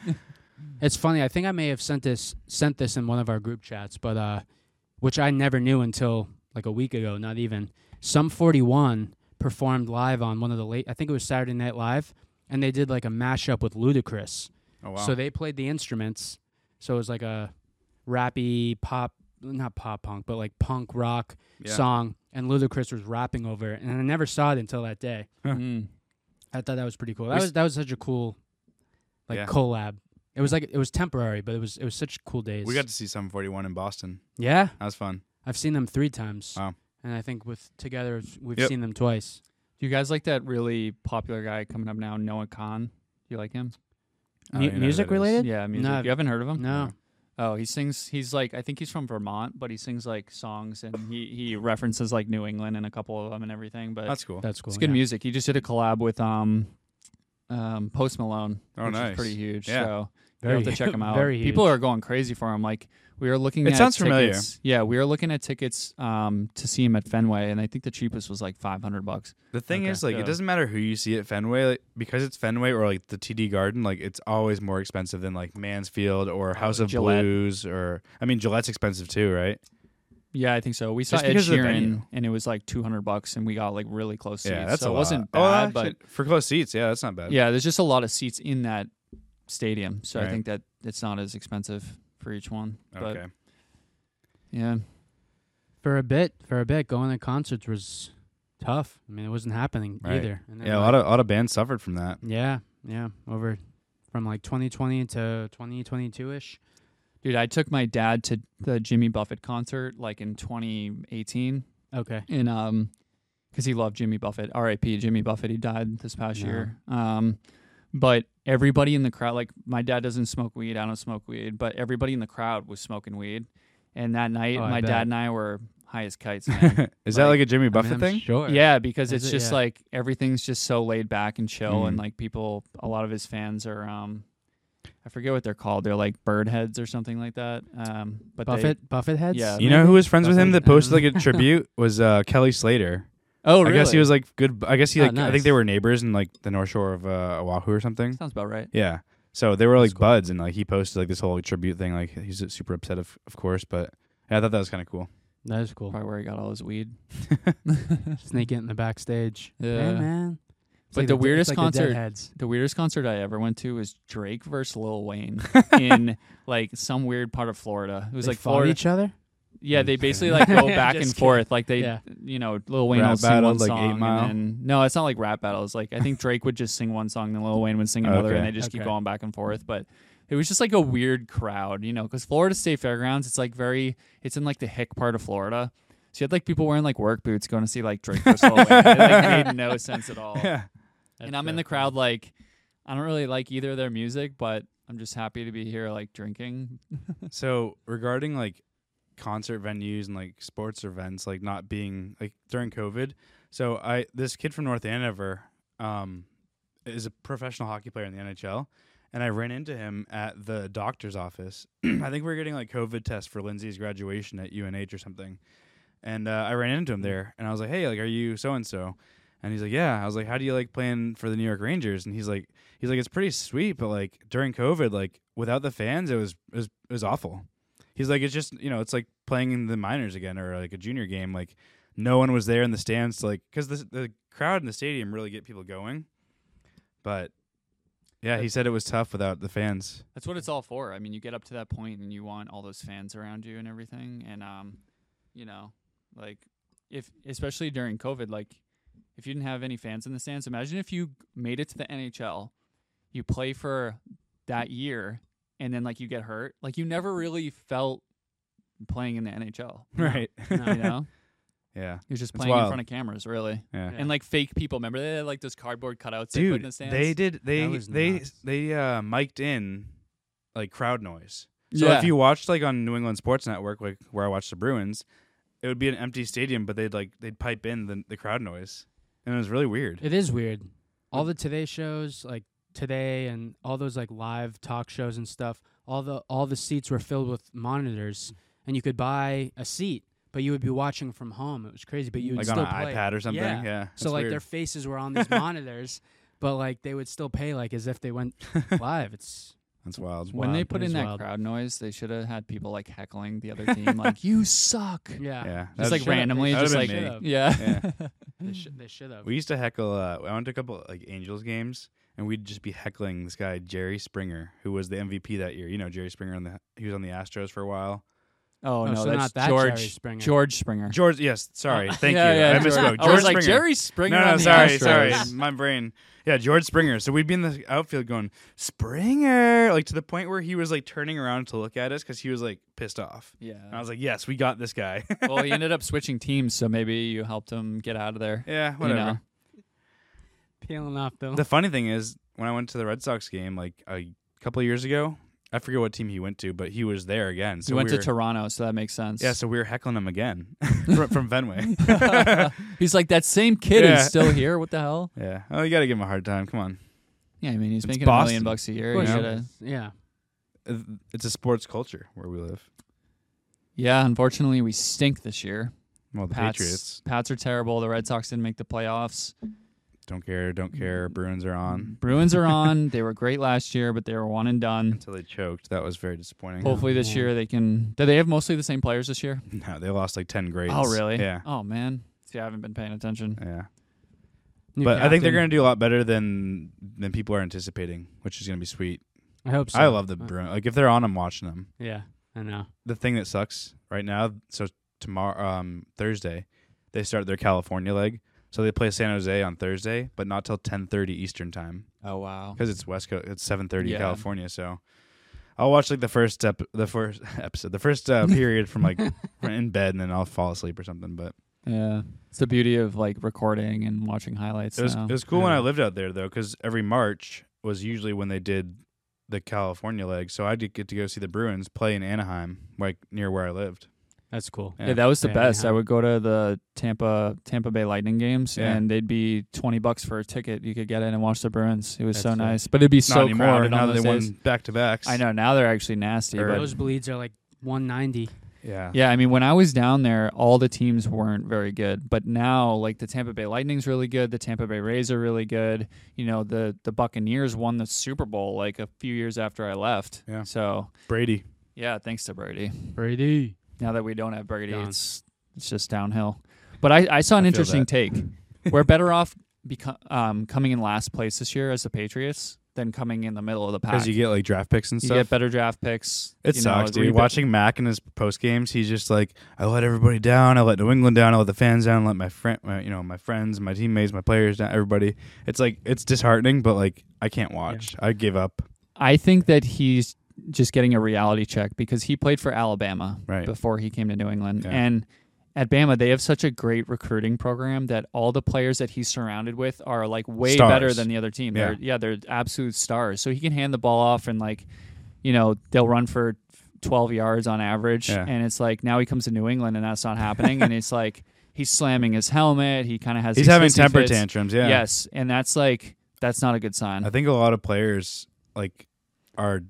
[SPEAKER 1] It's funny. I think I may have sent this sent this in one of our group chats, but uh which I never knew until like a week ago, not even. Some 41 performed live on one of the late I think it was Saturday Night Live and they did like a mashup with Ludacris.
[SPEAKER 2] oh wow.
[SPEAKER 1] So they played the instruments. So it was like a rappy pop, not pop punk, but like punk rock
[SPEAKER 2] Yeah.
[SPEAKER 1] song. And Ludacris was rapping over it, and I never saw it until that day.
[SPEAKER 3] Mm.
[SPEAKER 1] I thought that was pretty cool.
[SPEAKER 2] We
[SPEAKER 1] That
[SPEAKER 2] s-
[SPEAKER 1] was that was such a cool, like
[SPEAKER 2] Yeah.
[SPEAKER 1] collab. It was like it was temporary, but it was it was such cool days.
[SPEAKER 2] we got to see some 41 in Boston.
[SPEAKER 1] yeah.
[SPEAKER 2] That was fun.
[SPEAKER 1] I've seen them three times,
[SPEAKER 2] Wow.
[SPEAKER 1] and I think with together we've
[SPEAKER 2] Yep.
[SPEAKER 1] seen them twice.
[SPEAKER 3] Do you guys like that really popular guy coming up now, Noah Khan? Do you like him?
[SPEAKER 2] I don't
[SPEAKER 1] Mu-
[SPEAKER 2] even know who
[SPEAKER 1] music
[SPEAKER 2] that is.
[SPEAKER 1] related?
[SPEAKER 3] Yeah, music.
[SPEAKER 1] No.
[SPEAKER 3] You haven't heard of him?
[SPEAKER 1] No.
[SPEAKER 3] Oh, he sings. He's like, I think he's from Vermont, but he sings like songs and he, he references like New England and a couple of them and everything. But
[SPEAKER 2] That's cool.
[SPEAKER 1] that's cool.
[SPEAKER 3] it's good
[SPEAKER 1] yeah.
[SPEAKER 3] music. He just did a collab with um, um Post Malone.
[SPEAKER 2] Oh,
[SPEAKER 3] which
[SPEAKER 2] nice.
[SPEAKER 3] Is pretty huge.
[SPEAKER 2] Yeah.
[SPEAKER 3] So
[SPEAKER 1] Very
[SPEAKER 3] you have to check him out.
[SPEAKER 1] Very huge.
[SPEAKER 3] People are going crazy for him. Like we are looking.
[SPEAKER 2] It
[SPEAKER 3] at
[SPEAKER 2] sounds familiar.
[SPEAKER 3] tickets- Yeah, we are looking at tickets um to see him at Fenway, and I think the cheapest was like five hundred bucks.
[SPEAKER 2] The thing
[SPEAKER 1] Okay.
[SPEAKER 2] is, like,
[SPEAKER 3] Yeah.
[SPEAKER 2] it doesn't matter who you see at Fenway, like, because it's Fenway or like the TD Garden, like, it's always more expensive than like Mansfield or House of
[SPEAKER 3] Uh, Gillette.
[SPEAKER 2] Blues or I mean, Gillette's expensive too, right?
[SPEAKER 3] Yeah, I think so. We saw
[SPEAKER 2] Just
[SPEAKER 3] Ed
[SPEAKER 2] because of the
[SPEAKER 3] Sheeran,
[SPEAKER 2] venue.
[SPEAKER 3] and it was like 200 bucks, and we got like really close
[SPEAKER 2] Yeah,
[SPEAKER 3] seats.
[SPEAKER 2] that's
[SPEAKER 3] so
[SPEAKER 2] a
[SPEAKER 3] it
[SPEAKER 2] lot.
[SPEAKER 3] wasn't
[SPEAKER 2] Oh,
[SPEAKER 3] bad, but
[SPEAKER 2] actually, for close seats, yeah, that's not
[SPEAKER 1] Uh,
[SPEAKER 2] bad.
[SPEAKER 3] yeah, there's just a lot of seats in that stadium, so I
[SPEAKER 2] Right.
[SPEAKER 3] think that it's not as expensive for each one.
[SPEAKER 2] Okay.
[SPEAKER 3] But yeah,
[SPEAKER 1] for a bit. For a bit, going to concerts was tough. I mean, it wasn't happening
[SPEAKER 2] Right.
[SPEAKER 1] either. And then,
[SPEAKER 2] yeah, a
[SPEAKER 1] like,
[SPEAKER 2] lot of a lot of bands suffered from that.
[SPEAKER 1] Yeah, yeah. Over from like 2020 to 2022 ish.
[SPEAKER 3] dude, I took my dad to the Jimmy Buffett concert like in 2018,
[SPEAKER 1] Okay.
[SPEAKER 3] and um, because he loved Jimmy Buffett. R.I.P. Jimmy Buffett. He died this past
[SPEAKER 1] Yeah.
[SPEAKER 3] year. Um, but everybody in the crowd, like my dad doesn't smoke weed. I don't smoke weed, but everybody in the crowd was smoking weed. And that night,
[SPEAKER 1] Oh, I
[SPEAKER 3] my
[SPEAKER 1] bet.
[SPEAKER 3] dad and I were high as kites.
[SPEAKER 2] Is
[SPEAKER 3] Man.
[SPEAKER 2] that
[SPEAKER 3] Like,
[SPEAKER 2] like a Jimmy
[SPEAKER 1] I mean,
[SPEAKER 2] Buffett
[SPEAKER 1] I'm
[SPEAKER 2] thing?
[SPEAKER 1] Sure.
[SPEAKER 3] Yeah, because
[SPEAKER 1] Is
[SPEAKER 3] it's
[SPEAKER 1] it?
[SPEAKER 3] just
[SPEAKER 1] Yeah. Mm-hmm.
[SPEAKER 3] like everything's just so laid back and chill, and
[SPEAKER 2] Mhm.
[SPEAKER 3] like people, a lot of his fans are, um, I forget what they're called. They're like bird heads or something like that. Um, but they-
[SPEAKER 1] Buffett Buffett heads.
[SPEAKER 3] Yeah.
[SPEAKER 2] You know who was friends with him
[SPEAKER 1] Buffett?
[SPEAKER 2] that posted like a tribute was uh, Kelly Slater.
[SPEAKER 3] oh, really?
[SPEAKER 2] I guess he was like good. I guess he
[SPEAKER 1] Oh,
[SPEAKER 2] like I
[SPEAKER 1] nice.
[SPEAKER 2] think they were neighbors in like the North Shore of uh, Oahu or something.
[SPEAKER 3] sounds about right.
[SPEAKER 2] Yeah. So they were like
[SPEAKER 3] That's cool.
[SPEAKER 2] buds, and like he posted like this whole tribute thing. Like he's super upset, of of course, but yeah, I thought that was kind of cool.
[SPEAKER 1] That is cool.
[SPEAKER 3] Probably where he got all his weed.
[SPEAKER 1] Sneak it in the backstage.
[SPEAKER 3] Yeah.
[SPEAKER 1] Hey man. It's
[SPEAKER 3] But
[SPEAKER 1] like
[SPEAKER 3] the
[SPEAKER 1] De-
[SPEAKER 3] weirdest
[SPEAKER 1] it's like
[SPEAKER 3] concert-
[SPEAKER 1] The Deadheads.
[SPEAKER 3] The weirdest concert I ever went to was Drake versus Lil Wayne in like some weird part of Florida. It was
[SPEAKER 1] They
[SPEAKER 3] like
[SPEAKER 1] fought
[SPEAKER 3] Florida.
[SPEAKER 1] each other.
[SPEAKER 3] Yeah, they basically like go
[SPEAKER 1] Yeah,
[SPEAKER 3] back and
[SPEAKER 1] just
[SPEAKER 3] forth. Like they,
[SPEAKER 1] Yeah.
[SPEAKER 3] you know, Lil Wayne
[SPEAKER 2] Rap
[SPEAKER 3] will sing
[SPEAKER 2] battle,
[SPEAKER 3] one
[SPEAKER 2] like,
[SPEAKER 3] song,
[SPEAKER 2] Eight
[SPEAKER 3] and
[SPEAKER 2] Mile?
[SPEAKER 3] then- no, it's not like rap battles. Like I think Drake would just sing one song, then Lil Wayne would sing another, and
[SPEAKER 2] Oh, Okay.
[SPEAKER 3] they just keep
[SPEAKER 1] Okay.
[SPEAKER 3] going back and forth. But it was just like a weird crowd, you know, because Florida State Fairgrounds, it's like very, it's in like the hick part of Florida. So you had like people wearing like work boots going to see like Drake versus Lil Wayne. It like, made no sense at all.
[SPEAKER 2] Yeah.
[SPEAKER 3] and I'm in the crowd like, I don't really like either of their music, but I'm just happy to be here like drinking.
[SPEAKER 2] So regarding like concert venues and like sports events, like not being like during COVID. So I this kid from North Andover um, is a professional hockey player in the NHL, and I ran into him at the doctor's office. I think we were getting like COVID tests for Lindsay's graduation at UNH or something, and uh, I ran into him there, and I was like, "Hey, like, are you so and so?" And he's like, "Yeah." I was like, "How do you like playing for the New York Rangers?" And he's like, "He's like, it's pretty sweet, but like during COVID, like without the fans, it was it was it was awful." He's like, "It's just you know, it's like playing in the minors again or like a junior game. Like no one was there in the stands, to, like because the the crowd in the stadium really get people going." But yeah, he said it was tough without the fans.
[SPEAKER 3] That's what it's all for. I mean, you get up to that point and you want all those fans around you and everything. And um, you know, like if especially during COVID, like if you didn't have any fans in the stands, imagine if you made it to the NHL, you play for that year, and then like you get hurt. Like you never really felt playing in the NHL.
[SPEAKER 2] Right.
[SPEAKER 3] You know?
[SPEAKER 2] yeah.
[SPEAKER 3] You're
[SPEAKER 2] It's
[SPEAKER 3] just playing in
[SPEAKER 2] wild.
[SPEAKER 3] front of cameras, really.
[SPEAKER 2] Yeah.
[SPEAKER 3] And like fake people. Remember they had like those cardboard cutouts they put in the
[SPEAKER 2] Dude,
[SPEAKER 3] stands?
[SPEAKER 2] they did. They
[SPEAKER 1] was
[SPEAKER 2] they
[SPEAKER 1] nuts.
[SPEAKER 2] they uh mic'd in like crowd noise. So
[SPEAKER 3] yeah.
[SPEAKER 2] if you watched like on New England Sports Network, like where I watched the Bruins, it would be an empty stadium, but they'd like they'd pipe in the, the crowd noise, and it was really weird.
[SPEAKER 1] It is weird. All the Today shows, like Today and all those like live talk shows and stuff, all the all the seats were filled with monitors and you could buy a seat, but you would be watching from home. It was crazy, but you would
[SPEAKER 2] like on
[SPEAKER 1] still
[SPEAKER 2] an
[SPEAKER 1] play.
[SPEAKER 2] iPad or something.
[SPEAKER 1] Yeah.
[SPEAKER 2] Yeah.
[SPEAKER 1] So
[SPEAKER 2] it's
[SPEAKER 1] like
[SPEAKER 2] weird.
[SPEAKER 1] their faces were on these monitors, but like they would still pay like as if they went live. It's
[SPEAKER 2] that's wild.
[SPEAKER 3] When they
[SPEAKER 1] wild.
[SPEAKER 3] put
[SPEAKER 1] It
[SPEAKER 3] in
[SPEAKER 1] is
[SPEAKER 3] that
[SPEAKER 1] wild.
[SPEAKER 3] crowd noise, they should have had people like heckling the other team, like "You suck."
[SPEAKER 1] yeah.
[SPEAKER 2] Yeah, That's-
[SPEAKER 3] Just like
[SPEAKER 1] should've- they
[SPEAKER 3] randomly,
[SPEAKER 2] should've
[SPEAKER 3] just like
[SPEAKER 2] been
[SPEAKER 1] me.
[SPEAKER 3] yeah.
[SPEAKER 1] They, sh- they should have.
[SPEAKER 2] we used to heckle. Uh, I went to a couple like Angels games, and we'd just be heckling this guy Jerry Springer, who was the MVP that year. You know Jerry Springer on the he was on the Astros for a while.
[SPEAKER 3] Oh no,
[SPEAKER 1] so
[SPEAKER 3] that's
[SPEAKER 1] not that
[SPEAKER 3] George
[SPEAKER 1] Jerry Springer.
[SPEAKER 3] George Springer.
[SPEAKER 2] George, yes, sorry, thank
[SPEAKER 3] yeah,
[SPEAKER 2] you.
[SPEAKER 3] Yeah,
[SPEAKER 2] I misspoke. George
[SPEAKER 3] I was like
[SPEAKER 2] Springer.
[SPEAKER 3] Jerry Springer.
[SPEAKER 2] No,
[SPEAKER 3] on
[SPEAKER 2] no,
[SPEAKER 3] the
[SPEAKER 2] sorry, sorry.
[SPEAKER 3] Astros.
[SPEAKER 2] My brain. Yeah, George Springer. So we'd be in the outfield going, Springer, like to the point where he was like turning around to look at us because he was like pissed off. And I
[SPEAKER 3] Yeah.
[SPEAKER 2] was like, yes, we got this guy.
[SPEAKER 3] well, he ended up switching teams, so maybe you helped him get out of there.
[SPEAKER 2] yeah, whatever.
[SPEAKER 3] You know?
[SPEAKER 1] peeling off though.
[SPEAKER 2] The funny thing is, when I went to the Red Sox game like a couple of years ago, I forget what team he went to, but he was there again. So
[SPEAKER 3] he went
[SPEAKER 2] we
[SPEAKER 3] to
[SPEAKER 2] were-
[SPEAKER 3] Toronto, so that makes sense.
[SPEAKER 2] Yeah, so we were heckling him again from, from Fenway.
[SPEAKER 3] He's like that same kid
[SPEAKER 2] Yeah.
[SPEAKER 3] is still here. What the hell?
[SPEAKER 2] yeah. Oh, you got to give him a hard time. Come on.
[SPEAKER 3] Yeah, I mean he's
[SPEAKER 2] It's
[SPEAKER 3] making a
[SPEAKER 2] Boston.
[SPEAKER 3] million bucks a year.
[SPEAKER 1] Of course
[SPEAKER 3] you
[SPEAKER 1] it
[SPEAKER 3] gotta-
[SPEAKER 1] is. yeah.
[SPEAKER 2] It's a sports culture where we live.
[SPEAKER 3] yeah, unfortunately we stink this year.
[SPEAKER 2] Well, the
[SPEAKER 3] Pats,
[SPEAKER 2] Patriots.
[SPEAKER 3] Pats are terrible. The Red Sox didn't make the playoffs.
[SPEAKER 2] Don't care. Don't care. Bruins are on
[SPEAKER 3] Bruins are on. they were great last year, but they were one and done.
[SPEAKER 2] until they choked. That was very disappointing.
[SPEAKER 3] Hopefully this
[SPEAKER 1] man.
[SPEAKER 3] year they can. Do they have mostly the same players this year?
[SPEAKER 2] No, they lost like ten grades.
[SPEAKER 3] Oh really?
[SPEAKER 2] Yeah.
[SPEAKER 3] Oh man. See, I haven't been paying attention.
[SPEAKER 2] Yeah.
[SPEAKER 1] New
[SPEAKER 2] but I think they're
[SPEAKER 1] captain.
[SPEAKER 2] going to do a lot better than than people are anticipating, which is going to be sweet.
[SPEAKER 1] I hope so.
[SPEAKER 2] I love the
[SPEAKER 1] Uh,
[SPEAKER 2] Bruins. Like if they're on, I'm watching them.
[SPEAKER 1] Yeah, I know.
[SPEAKER 2] The thing that sucks right now, so tomorrow, um, Thursday, they start their California leg. So they play San Jose on Thursday, but not till 10:30 Eastern time
[SPEAKER 3] Oh wow.
[SPEAKER 2] because it's West Coast. It's 7:30
[SPEAKER 3] Yeah.
[SPEAKER 2] in California. So I'll watch like the first step, the first episode, the first uh, period from like in bed, and then I'll fall asleep or something. But
[SPEAKER 3] Yeah. It's the beauty of like recording and watching highlights.
[SPEAKER 2] It was,
[SPEAKER 3] now.
[SPEAKER 2] it was cool when
[SPEAKER 1] Yeah.
[SPEAKER 2] I lived out there though, because every March was usually when they did the California leg, so I did get to go see the Bruins play in Anaheim, like near where I lived.
[SPEAKER 1] That's cool.
[SPEAKER 3] Yeah, that was the
[SPEAKER 1] Yeah,
[SPEAKER 3] best.
[SPEAKER 1] yeah.
[SPEAKER 3] I would go to the Tampa Tampa Bay Lightning games,
[SPEAKER 2] Yeah.
[SPEAKER 3] and they'd be twenty bucks for a ticket. You could get in and watch the Bruins. It was so
[SPEAKER 1] That's it.
[SPEAKER 3] nice, but it'd be
[SPEAKER 2] Not
[SPEAKER 3] so
[SPEAKER 2] anymore.
[SPEAKER 3] crowded
[SPEAKER 2] now
[SPEAKER 3] on
[SPEAKER 2] they
[SPEAKER 3] those days.
[SPEAKER 2] won back to backs.
[SPEAKER 3] I know now they're actually nasty.
[SPEAKER 2] Or-
[SPEAKER 3] But
[SPEAKER 1] Those bleeds are like 190.
[SPEAKER 2] Yeah.
[SPEAKER 3] yeah, I mean, when I was down there, all the teams weren't very good, but now like the Tampa Bay Lightning's really good. The Tampa Bay Rays are really good. You know, the the Buccaneers won the Super Bowl like a few years after I left.
[SPEAKER 2] Yeah.
[SPEAKER 3] So
[SPEAKER 2] Brady.
[SPEAKER 3] yeah, thanks to Brady.
[SPEAKER 1] Brady.
[SPEAKER 3] Now that we don't have Brady,
[SPEAKER 1] Gone.
[SPEAKER 3] it's it's just downhill. But I, I saw an
[SPEAKER 2] I feel
[SPEAKER 3] interesting
[SPEAKER 2] that.
[SPEAKER 3] take. We're better off beco- um, coming in last place this year as the Patriots than coming in the middle of the pack.
[SPEAKER 2] Because you get like draft picks and
[SPEAKER 3] You
[SPEAKER 2] stuff.
[SPEAKER 3] get better draft picks.
[SPEAKER 2] it
[SPEAKER 3] you know,
[SPEAKER 2] sucks, dude.
[SPEAKER 3] rebu-
[SPEAKER 2] Watching Mac in his post games, he's just like, I let everybody down. I let New England down. I let the fans down. I let my friend, my, you know, my friends, my teammates, my players down. Everybody. It's like it's disheartening, but like I can't watch. I give up.
[SPEAKER 3] I think that he's just getting a reality check because he played for Alabama
[SPEAKER 2] Right.
[SPEAKER 3] before he came to New England.
[SPEAKER 2] Yeah.
[SPEAKER 3] And at Bama, they have such a great recruiting program that all the players that he's surrounded with are like way
[SPEAKER 2] Stars.
[SPEAKER 3] better than the other team.
[SPEAKER 2] Yeah.
[SPEAKER 3] They're, yeah, they're absolute stars. So he can hand the ball off and like, you know, they'll run for 12 yards on average.
[SPEAKER 2] Yeah.
[SPEAKER 3] And it's like now he comes to New England and that's not happening. and it's like he's slamming his helmet. He kind of has
[SPEAKER 2] He's
[SPEAKER 3] these
[SPEAKER 2] having
[SPEAKER 3] hissy
[SPEAKER 2] temper
[SPEAKER 3] fits.
[SPEAKER 2] tantrums. Yeah.
[SPEAKER 3] Yes. And that's like, that's not a good sign.
[SPEAKER 2] I think a lot of players like are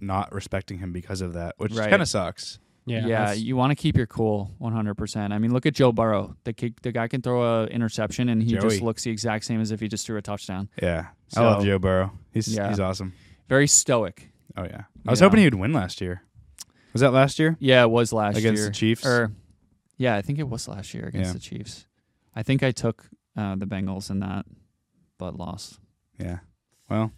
[SPEAKER 2] not respecting him because of that, which
[SPEAKER 3] Right.
[SPEAKER 2] kind of sucks.
[SPEAKER 1] Yeah.
[SPEAKER 3] Yeah,
[SPEAKER 1] that's-
[SPEAKER 3] you want to keep your cool 100%. I mean, look at Joe Burrow. The kid, the guy can throw a interception and he
[SPEAKER 2] Joey.
[SPEAKER 3] just looks the exact same as if he just threw a touchdown.
[SPEAKER 2] Yeah,
[SPEAKER 3] So-
[SPEAKER 2] I love Joe Burrow. He's
[SPEAKER 3] Yeah.
[SPEAKER 2] he's awesome.
[SPEAKER 3] Very stoic.
[SPEAKER 2] Oh yeah, I was
[SPEAKER 3] Yeah.
[SPEAKER 2] hoping he would win last year. Was that last year
[SPEAKER 3] Yeah, it was last
[SPEAKER 2] against
[SPEAKER 3] year. Er.
[SPEAKER 2] the Chiefs?
[SPEAKER 3] Or Yeah, I think it was last year against
[SPEAKER 2] Yeah.
[SPEAKER 3] the Chiefs. I think I took uh, the Bengals in that but lost.
[SPEAKER 2] yeah. Well,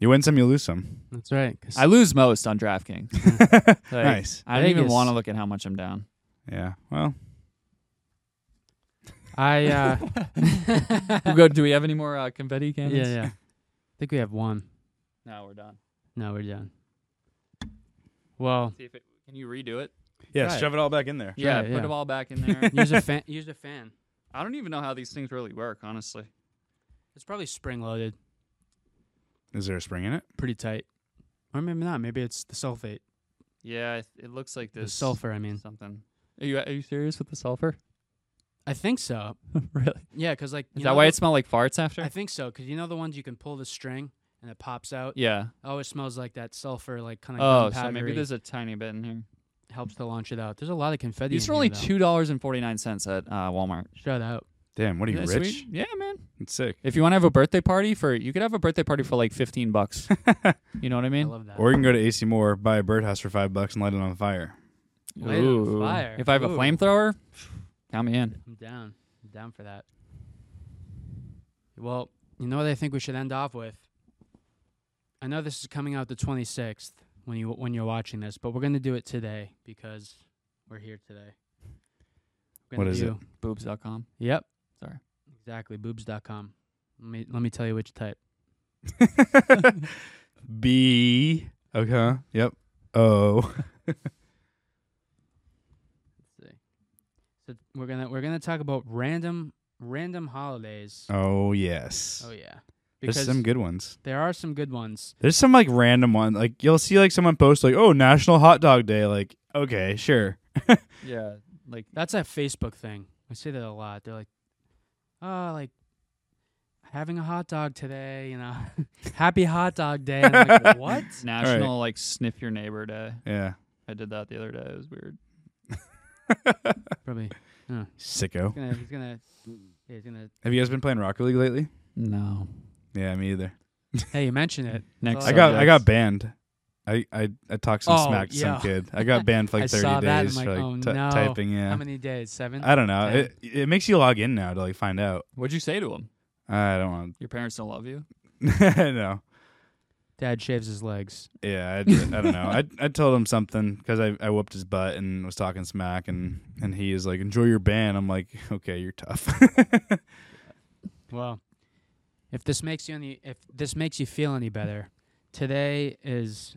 [SPEAKER 2] you win some, you lose some.
[SPEAKER 1] That's right. 'cause
[SPEAKER 3] I lose most on DraftKings. Mm-hmm. Like,
[SPEAKER 2] nice.
[SPEAKER 3] I don't even
[SPEAKER 1] Vegas.
[SPEAKER 3] want to look at how much I'm down.
[SPEAKER 2] Yeah. Well,
[SPEAKER 1] I uh,
[SPEAKER 3] We'll go, do we have any more uh, confetti
[SPEAKER 1] yeah,
[SPEAKER 3] cannons?
[SPEAKER 1] yeah. I think we have one.
[SPEAKER 3] No, we're done.
[SPEAKER 1] No, we're done. Well,
[SPEAKER 3] See if it, can you redo it?
[SPEAKER 2] yeah.
[SPEAKER 1] Right.
[SPEAKER 2] Shove it all back in there.
[SPEAKER 1] Yeah,
[SPEAKER 3] Yeah,
[SPEAKER 1] yeah.
[SPEAKER 3] put it all back in there.
[SPEAKER 1] use a fan. Use a fan.
[SPEAKER 3] I don't even know how these things really work, honestly.
[SPEAKER 1] It's probably spring loaded,
[SPEAKER 2] Is there a spring in it?
[SPEAKER 1] pretty tight, or maybe not. Maybe it's the sulfate,
[SPEAKER 3] Yeah, it- it looks like
[SPEAKER 1] the
[SPEAKER 3] this
[SPEAKER 1] sulfur. I mean,
[SPEAKER 3] something. Are you are you serious with the sulfur?
[SPEAKER 1] I think so.
[SPEAKER 3] really?
[SPEAKER 1] Yeah, because like
[SPEAKER 3] Is
[SPEAKER 1] you
[SPEAKER 3] that
[SPEAKER 1] know
[SPEAKER 3] why
[SPEAKER 1] the-
[SPEAKER 3] it smelled like farts after?
[SPEAKER 1] I think so, because you know the ones you can pull the string and it pops out.
[SPEAKER 3] yeah.
[SPEAKER 1] It always smells like that sulfur, like kind of.
[SPEAKER 3] Oh, so maybe there's a tiny bit in here.
[SPEAKER 1] helps to launch it out. There's a lot of confetti.
[SPEAKER 3] These
[SPEAKER 1] in
[SPEAKER 3] are only
[SPEAKER 1] here, though.
[SPEAKER 3] two dollars and forty nine cents at uh, Walmart.
[SPEAKER 1] Shut up.
[SPEAKER 2] Damn. What are you
[SPEAKER 3] Isn't that
[SPEAKER 2] rich?
[SPEAKER 3] sweet? Yeah, man.
[SPEAKER 2] It's sick.
[SPEAKER 3] If you want to have a birthday party for, you could have a birthday party for like fifteen bucks. you know what I
[SPEAKER 1] I
[SPEAKER 3] mean?
[SPEAKER 1] love that.
[SPEAKER 2] Or you can go to AC Moore, buy a birdhouse for five bucks, and light it on fire.
[SPEAKER 1] Light it on fire.
[SPEAKER 3] If I have a
[SPEAKER 1] Ooh.
[SPEAKER 3] flamethrower, count me in.
[SPEAKER 1] I'm down. I'm down for that. Well, you know what I think we should end off with. I know this is coming out the 26th when you when you're watching this, but we're gonna do it today because we're here today. We're gonna
[SPEAKER 2] What is it?
[SPEAKER 1] do-
[SPEAKER 3] Boobs.com.
[SPEAKER 1] Yep.
[SPEAKER 3] Sorry.
[SPEAKER 1] Exactly. Boobs.com. Let me let me tell you which type.
[SPEAKER 2] B. Okay. Yep. O.
[SPEAKER 1] Let's see. So we're gonna we're gonna talk about random random holidays.
[SPEAKER 2] Oh yes.
[SPEAKER 1] Oh yeah.
[SPEAKER 2] There's
[SPEAKER 1] Because
[SPEAKER 2] some good ones.
[SPEAKER 1] there are some good ones.
[SPEAKER 2] There's some like random one. Like you'll see like someone post like, "Oh, National Hot Dog Day." Like, okay, sure.
[SPEAKER 3] Yeah, like
[SPEAKER 1] That's a Facebook thing. I say that a lot. They're like, oh, like having a hot dog today, you know, happy hot dog day. And I'm like, what?
[SPEAKER 3] national like sniff your neighbor day.
[SPEAKER 2] Yeah.
[SPEAKER 3] I did that the other day. It was weird.
[SPEAKER 1] Probably.
[SPEAKER 2] Sicko.
[SPEAKER 1] He's gonna, he's gonna, yeah, he's gonna,
[SPEAKER 2] Have you guys been playing Rocket League lately?
[SPEAKER 3] No.
[SPEAKER 2] Yeah, me either.
[SPEAKER 1] Hey, you mentioned it.
[SPEAKER 3] Next,
[SPEAKER 2] I got I
[SPEAKER 3] subject.
[SPEAKER 2] got banned. I I, I talked some
[SPEAKER 1] Oh,
[SPEAKER 2] smack to
[SPEAKER 1] yeah.
[SPEAKER 2] some kid. I got banned for
[SPEAKER 1] I
[SPEAKER 2] like thirty
[SPEAKER 1] saw that, I'm
[SPEAKER 2] days
[SPEAKER 1] like,
[SPEAKER 2] for like
[SPEAKER 1] oh,
[SPEAKER 2] ty-
[SPEAKER 1] no.
[SPEAKER 2] typing. Yeah,
[SPEAKER 1] How many days? Seven.
[SPEAKER 2] I don't know.
[SPEAKER 1] Okay.
[SPEAKER 2] It it makes you log in now to like find out.
[SPEAKER 3] What'd you say to him?
[SPEAKER 2] I don't want.
[SPEAKER 3] Your parents don't love you.
[SPEAKER 2] no.
[SPEAKER 1] Dad shaves his legs.
[SPEAKER 2] Yeah, I, I don't know. I I told him something because I, I whooped his butt and was talking smack and and he is like enjoy your ban. I'm like okay, you're tough.
[SPEAKER 1] Well, if this makes you any, if this makes you feel any better, today is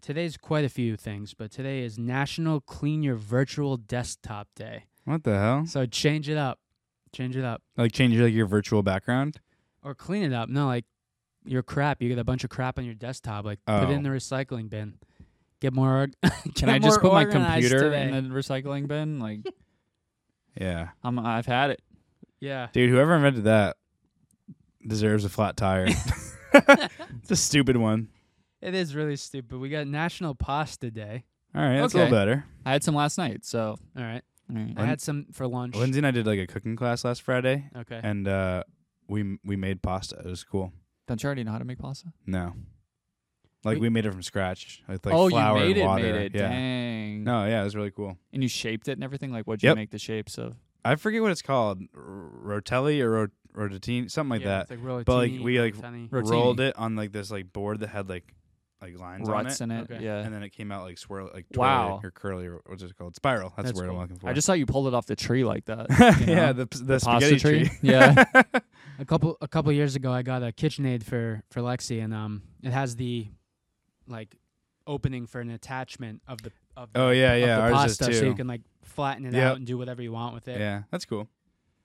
[SPEAKER 1] today's quite a few things, but today is National Clean Your Virtual Desktop Day.
[SPEAKER 2] what the hell?
[SPEAKER 1] So change it up, change it up,
[SPEAKER 2] Like change like your virtual background.
[SPEAKER 1] or clean it up. No, like your crap. You get a bunch of crap on your desktop. Like put it
[SPEAKER 2] Oh.
[SPEAKER 1] in the recycling bin. Get more. Org-
[SPEAKER 3] Can
[SPEAKER 1] get
[SPEAKER 3] I just
[SPEAKER 1] more
[SPEAKER 3] put my
[SPEAKER 1] organized
[SPEAKER 3] computer
[SPEAKER 1] today.
[SPEAKER 3] in the recycling bin? Like,
[SPEAKER 2] Yeah,
[SPEAKER 3] I'm, I've had it.
[SPEAKER 1] yeah.
[SPEAKER 2] dude. Whoever invented that deserves a flat tire. it's a stupid one.
[SPEAKER 1] It is really stupid. We got National Pasta Day.
[SPEAKER 2] All right, that's a
[SPEAKER 3] Okay.
[SPEAKER 2] little better.
[SPEAKER 3] I had some last night, so
[SPEAKER 1] All right.
[SPEAKER 3] all right.
[SPEAKER 1] I had some for lunch.
[SPEAKER 2] Lindsay and I did like a cooking class last Friday,
[SPEAKER 1] Okay.
[SPEAKER 2] and uh, we we made pasta. It was cool.
[SPEAKER 3] don't you already know how to make pasta?
[SPEAKER 2] No, like
[SPEAKER 1] We-
[SPEAKER 2] we, made it from scratch with like
[SPEAKER 3] oh,
[SPEAKER 2] flour
[SPEAKER 3] you made
[SPEAKER 2] and
[SPEAKER 3] it,
[SPEAKER 2] water.
[SPEAKER 3] made it.
[SPEAKER 2] Yeah,
[SPEAKER 3] Dang.
[SPEAKER 2] no, yeah, it was really cool.
[SPEAKER 3] And you shaped it and everything. Like, what'd you
[SPEAKER 2] Yep.
[SPEAKER 3] make the shapes of?
[SPEAKER 2] I forget what it's called, R- rotelli or rot- rotatini, something like
[SPEAKER 1] yeah, It's
[SPEAKER 2] that.
[SPEAKER 1] like rollatini,
[SPEAKER 2] But, like, we, like,
[SPEAKER 1] rotani.
[SPEAKER 3] rotini.
[SPEAKER 2] Rolled it on like this like board that had like like lines
[SPEAKER 3] Ruts
[SPEAKER 2] on
[SPEAKER 3] in
[SPEAKER 2] it,
[SPEAKER 3] it.
[SPEAKER 1] Okay.
[SPEAKER 3] Yeah.
[SPEAKER 2] and then it came out like swirl, like twirly
[SPEAKER 3] Wow.
[SPEAKER 2] or curly or what's it called? Spiral. That's,
[SPEAKER 1] That's
[SPEAKER 2] the word
[SPEAKER 1] cool.
[SPEAKER 2] I'm looking for.
[SPEAKER 3] I just saw you pulled it off the tree like that. you
[SPEAKER 2] yeah,
[SPEAKER 3] know,
[SPEAKER 2] the, the,
[SPEAKER 3] pasta
[SPEAKER 2] spaghetti tree.
[SPEAKER 3] yeah.
[SPEAKER 1] A couple a couple years ago, I got a KitchenAid for for Lexi, and um, it has the like opening for an attachment of the of the,
[SPEAKER 2] Oh yeah,
[SPEAKER 1] of
[SPEAKER 2] yeah,
[SPEAKER 1] the
[SPEAKER 2] ours
[SPEAKER 1] pasta,
[SPEAKER 2] is
[SPEAKER 1] so
[SPEAKER 2] too.
[SPEAKER 1] you can like flatten it
[SPEAKER 2] Yep.
[SPEAKER 1] out and do whatever you want with it.
[SPEAKER 2] yeah, that's cool.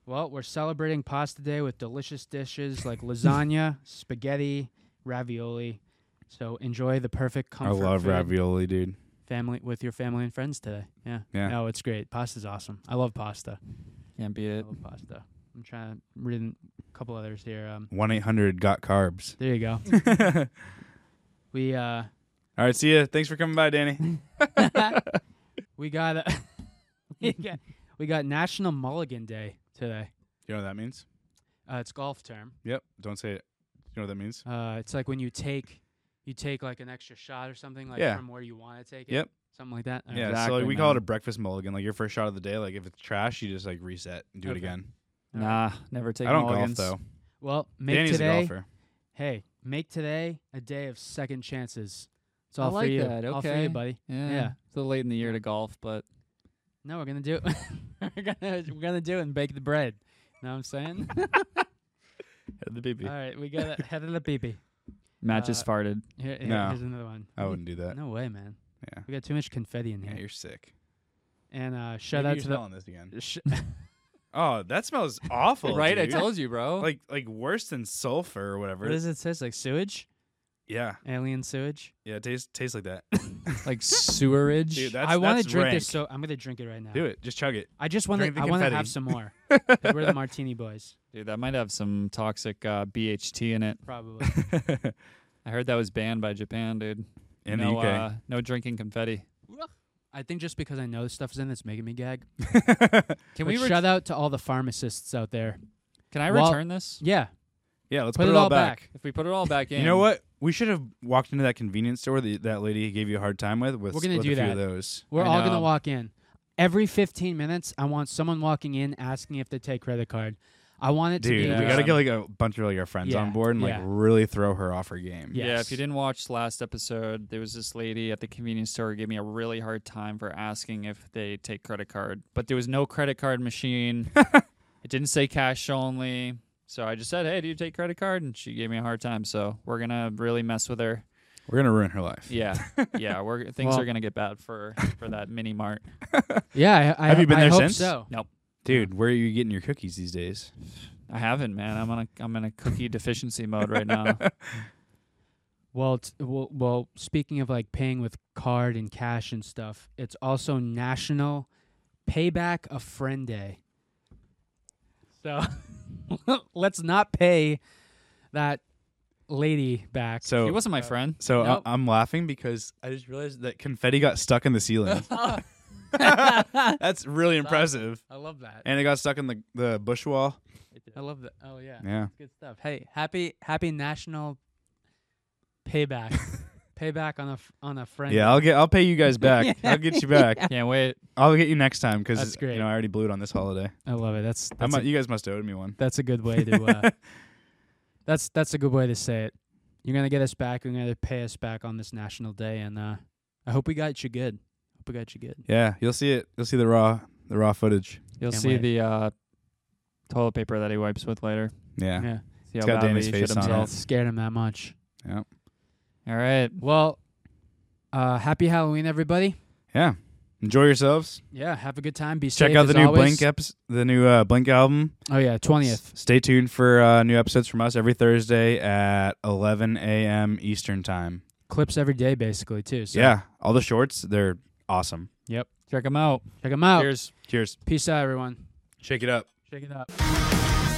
[SPEAKER 1] Well, we're celebrating pasta day with delicious dishes like lasagna, spaghetti, ravioli. So enjoy the perfect
[SPEAKER 2] I
[SPEAKER 1] comfort
[SPEAKER 2] love
[SPEAKER 1] food
[SPEAKER 2] ravioli, dude.
[SPEAKER 1] family with your family and friends today. Yeah.
[SPEAKER 2] Yeah.
[SPEAKER 1] No, it's great. Pasta's awesome. I love pasta.
[SPEAKER 3] Can't beat
[SPEAKER 1] I
[SPEAKER 3] it.
[SPEAKER 1] love pasta. I'm trying to read a couple others here. Um,
[SPEAKER 2] One eight hundred got carbs.
[SPEAKER 1] there you go. We uh,
[SPEAKER 2] All right, see ya. Thanks for coming by, Danny.
[SPEAKER 1] we got a we got we got National Mulligan Day today.
[SPEAKER 2] You know what that means?
[SPEAKER 1] Uh, it's golf term.
[SPEAKER 2] Yep. Don't say it. You know what that means?
[SPEAKER 1] Uh, it's like when you take you take like an extra shot or something like
[SPEAKER 2] Yeah.
[SPEAKER 1] from where you want to take it.
[SPEAKER 2] Yep.
[SPEAKER 1] Something like that.
[SPEAKER 2] Yeah. So
[SPEAKER 3] Exactly,
[SPEAKER 2] like, we call
[SPEAKER 3] man.
[SPEAKER 2] it a breakfast mulligan. Like your first shot of the day. Like if it's trash, you just like reset and do
[SPEAKER 1] Okay.
[SPEAKER 2] it again.
[SPEAKER 1] All right.
[SPEAKER 3] Nah, never take
[SPEAKER 2] I don't
[SPEAKER 3] mulligans.
[SPEAKER 2] golf
[SPEAKER 1] Well,
[SPEAKER 2] though.
[SPEAKER 1] make
[SPEAKER 2] Danny's
[SPEAKER 1] today.
[SPEAKER 2] a golfer.
[SPEAKER 1] Hey, make today a day of second chances. It's
[SPEAKER 3] I
[SPEAKER 1] all
[SPEAKER 3] like
[SPEAKER 1] for you.
[SPEAKER 3] that.
[SPEAKER 1] All for
[SPEAKER 3] Okay.
[SPEAKER 1] you, buddy.
[SPEAKER 3] Yeah.
[SPEAKER 1] Yeah.
[SPEAKER 3] It's a little late in the year to golf, but
[SPEAKER 1] No, we're gonna do it. we're gonna we're gonna do it and bake the bread. Know what I'm saying?
[SPEAKER 2] The baby.
[SPEAKER 1] all right, we got a head of the peepee.
[SPEAKER 3] Matt just
[SPEAKER 1] Uh,
[SPEAKER 3] farted.
[SPEAKER 1] Here, here-
[SPEAKER 2] No.
[SPEAKER 1] here's another one.
[SPEAKER 2] I wouldn't do that.
[SPEAKER 1] No way, man.
[SPEAKER 2] Yeah.
[SPEAKER 1] We got too much confetti in
[SPEAKER 2] Yeah,
[SPEAKER 1] here.
[SPEAKER 2] you're sick.
[SPEAKER 1] and uh, shout
[SPEAKER 2] Maybe
[SPEAKER 1] out
[SPEAKER 2] you're
[SPEAKER 1] to
[SPEAKER 2] smelling this again.
[SPEAKER 1] the. Sh-
[SPEAKER 2] Oh, that smells awful.
[SPEAKER 3] right?
[SPEAKER 2] dude.
[SPEAKER 3] I told you, bro.
[SPEAKER 2] Like like worse than sulfur or whatever.
[SPEAKER 1] what does it taste like? Sewage?
[SPEAKER 2] yeah.
[SPEAKER 1] Alien sewage?
[SPEAKER 2] Yeah. It tastes tastes like that.
[SPEAKER 3] like sewerage.
[SPEAKER 2] Dude, that's
[SPEAKER 1] I want
[SPEAKER 2] that's
[SPEAKER 1] to drink
[SPEAKER 2] rank.
[SPEAKER 1] this, so I'm gonna drink it right now.
[SPEAKER 2] Do it. Just chug it.
[SPEAKER 1] I just want
[SPEAKER 2] Drink
[SPEAKER 1] to.
[SPEAKER 2] the
[SPEAKER 1] I want to
[SPEAKER 2] confetti.
[SPEAKER 1] have some more. 'Cause we're the martini boys,
[SPEAKER 3] Dude, that might have some toxic uh, BHT in it.
[SPEAKER 1] probably.
[SPEAKER 3] I heard that was banned by Japan, dude.
[SPEAKER 2] In
[SPEAKER 3] no,
[SPEAKER 2] the UK.
[SPEAKER 3] Uh, no drinking confetti.
[SPEAKER 1] I think just because I know this stuff is in, it, it's making me gag.
[SPEAKER 3] Can
[SPEAKER 1] But
[SPEAKER 3] we re-
[SPEAKER 1] shout out to all the pharmacists out there.
[SPEAKER 3] Can I
[SPEAKER 1] Well-
[SPEAKER 3] return this?
[SPEAKER 1] Yeah,
[SPEAKER 2] yeah. Let's
[SPEAKER 1] put,
[SPEAKER 2] put, it, all back.
[SPEAKER 3] If we put it all back in,
[SPEAKER 2] You know what? We should have walked into that convenience store that that lady gave you a hard time with. with
[SPEAKER 1] We're gonna
[SPEAKER 2] with
[SPEAKER 1] do
[SPEAKER 2] a few
[SPEAKER 1] that.
[SPEAKER 2] of those.
[SPEAKER 1] We're
[SPEAKER 3] I
[SPEAKER 1] all gonna
[SPEAKER 3] know.
[SPEAKER 1] walk in. Every 15 minutes, I want someone walking in asking if they take credit card. I want it
[SPEAKER 2] Dude,
[SPEAKER 1] to be. um,
[SPEAKER 2] we
[SPEAKER 3] Yeah.
[SPEAKER 2] gotta get like a bunch of like our friends
[SPEAKER 1] Yeah,
[SPEAKER 2] on board and like
[SPEAKER 1] yeah.
[SPEAKER 2] really throw her off her game.
[SPEAKER 1] Yeah.
[SPEAKER 3] Yeah,
[SPEAKER 1] Yes.
[SPEAKER 3] if you didn't watch last episode, there was this lady at the convenience store who gave me a really hard time for asking if they take credit card, but there was no credit card machine. it didn't say cash only. So I just said, "Hey, do you take credit card?" and she gave me a hard time. So we're going to really mess with her.
[SPEAKER 2] We're gonna ruin her life.
[SPEAKER 3] Yeah. yeah, we're things
[SPEAKER 1] Well-
[SPEAKER 3] are going to get bad for for that mini mart.
[SPEAKER 1] yeah, I, I,
[SPEAKER 2] Have you been
[SPEAKER 1] I
[SPEAKER 2] there
[SPEAKER 1] hope
[SPEAKER 2] since?
[SPEAKER 1] So.
[SPEAKER 2] Dude, where are you getting your cookies these days?
[SPEAKER 3] I haven't, man. I'm on a I'm in a cookie deficiency mode right now.
[SPEAKER 1] Well, t- well, well. Speaking of like paying with card and cash and stuff, it's also National Payback a Friend Day. So let's not pay that lady back.
[SPEAKER 2] So
[SPEAKER 3] He wasn't my friend.
[SPEAKER 2] so
[SPEAKER 1] Nope.
[SPEAKER 2] I, am laughing because I just realized that confetti got stuck in the ceiling.
[SPEAKER 1] I
[SPEAKER 2] That's really impressive.
[SPEAKER 1] love that.
[SPEAKER 2] And it got stuck in the the bush wall.
[SPEAKER 3] It did.
[SPEAKER 1] I love that. Oh yeah.
[SPEAKER 2] Yeah.
[SPEAKER 1] It's good stuff. Hey, happy happy national payback. payback on a f- on a friend.
[SPEAKER 2] Yeah, I'll get. I'll pay you guys back.
[SPEAKER 1] Yeah.
[SPEAKER 2] I'll get you back.
[SPEAKER 3] Can't wait.
[SPEAKER 2] I'll get you next time because
[SPEAKER 1] That's
[SPEAKER 2] you
[SPEAKER 1] great.
[SPEAKER 2] know I already blew it on this holiday.
[SPEAKER 1] I love it. That's
[SPEAKER 2] I
[SPEAKER 1] that's,
[SPEAKER 2] might,
[SPEAKER 1] a,
[SPEAKER 2] you guys must have owed me one.
[SPEAKER 1] that's a good way to uh, that's that's a good way to say it. You're gonna get us back. You're gonna pay us back on this national day, and uh, I hope we got you good. Hope we got you good.
[SPEAKER 2] Yeah, you'll see it. You'll see the raw, the raw footage.
[SPEAKER 3] You'll
[SPEAKER 1] Can't
[SPEAKER 3] see
[SPEAKER 1] wait.
[SPEAKER 3] the uh, toilet paper that he wipes with later.
[SPEAKER 1] yeah.
[SPEAKER 2] Yeah.
[SPEAKER 3] See how
[SPEAKER 2] It's got
[SPEAKER 3] badly
[SPEAKER 2] Danny's
[SPEAKER 3] he
[SPEAKER 2] face
[SPEAKER 3] shit
[SPEAKER 2] on it.
[SPEAKER 1] yeah
[SPEAKER 3] himself.
[SPEAKER 1] it scared him that much.
[SPEAKER 3] All right.
[SPEAKER 1] Well, uh, happy Halloween, everybody.
[SPEAKER 2] Yeah. Enjoy yourselves.
[SPEAKER 1] Yeah, have a good time. Be
[SPEAKER 2] Check
[SPEAKER 1] safe
[SPEAKER 2] out the
[SPEAKER 1] as
[SPEAKER 2] new
[SPEAKER 1] always.
[SPEAKER 2] Blink episode, the new uh, Blink album.
[SPEAKER 1] Oh yeah, twentieth.
[SPEAKER 2] S- Stay tuned for uh, new episodes from us every Thursday at 11 a.m. Eastern time.
[SPEAKER 1] Clips every day, basically too. So
[SPEAKER 2] Yeah, all the shorts they're awesome.
[SPEAKER 3] Check him out.
[SPEAKER 1] check them out.
[SPEAKER 3] Cheers.
[SPEAKER 2] Cheers.
[SPEAKER 1] Peace out, everyone.
[SPEAKER 2] Shake it up.
[SPEAKER 1] Shake it up.
[SPEAKER 4] Thank you.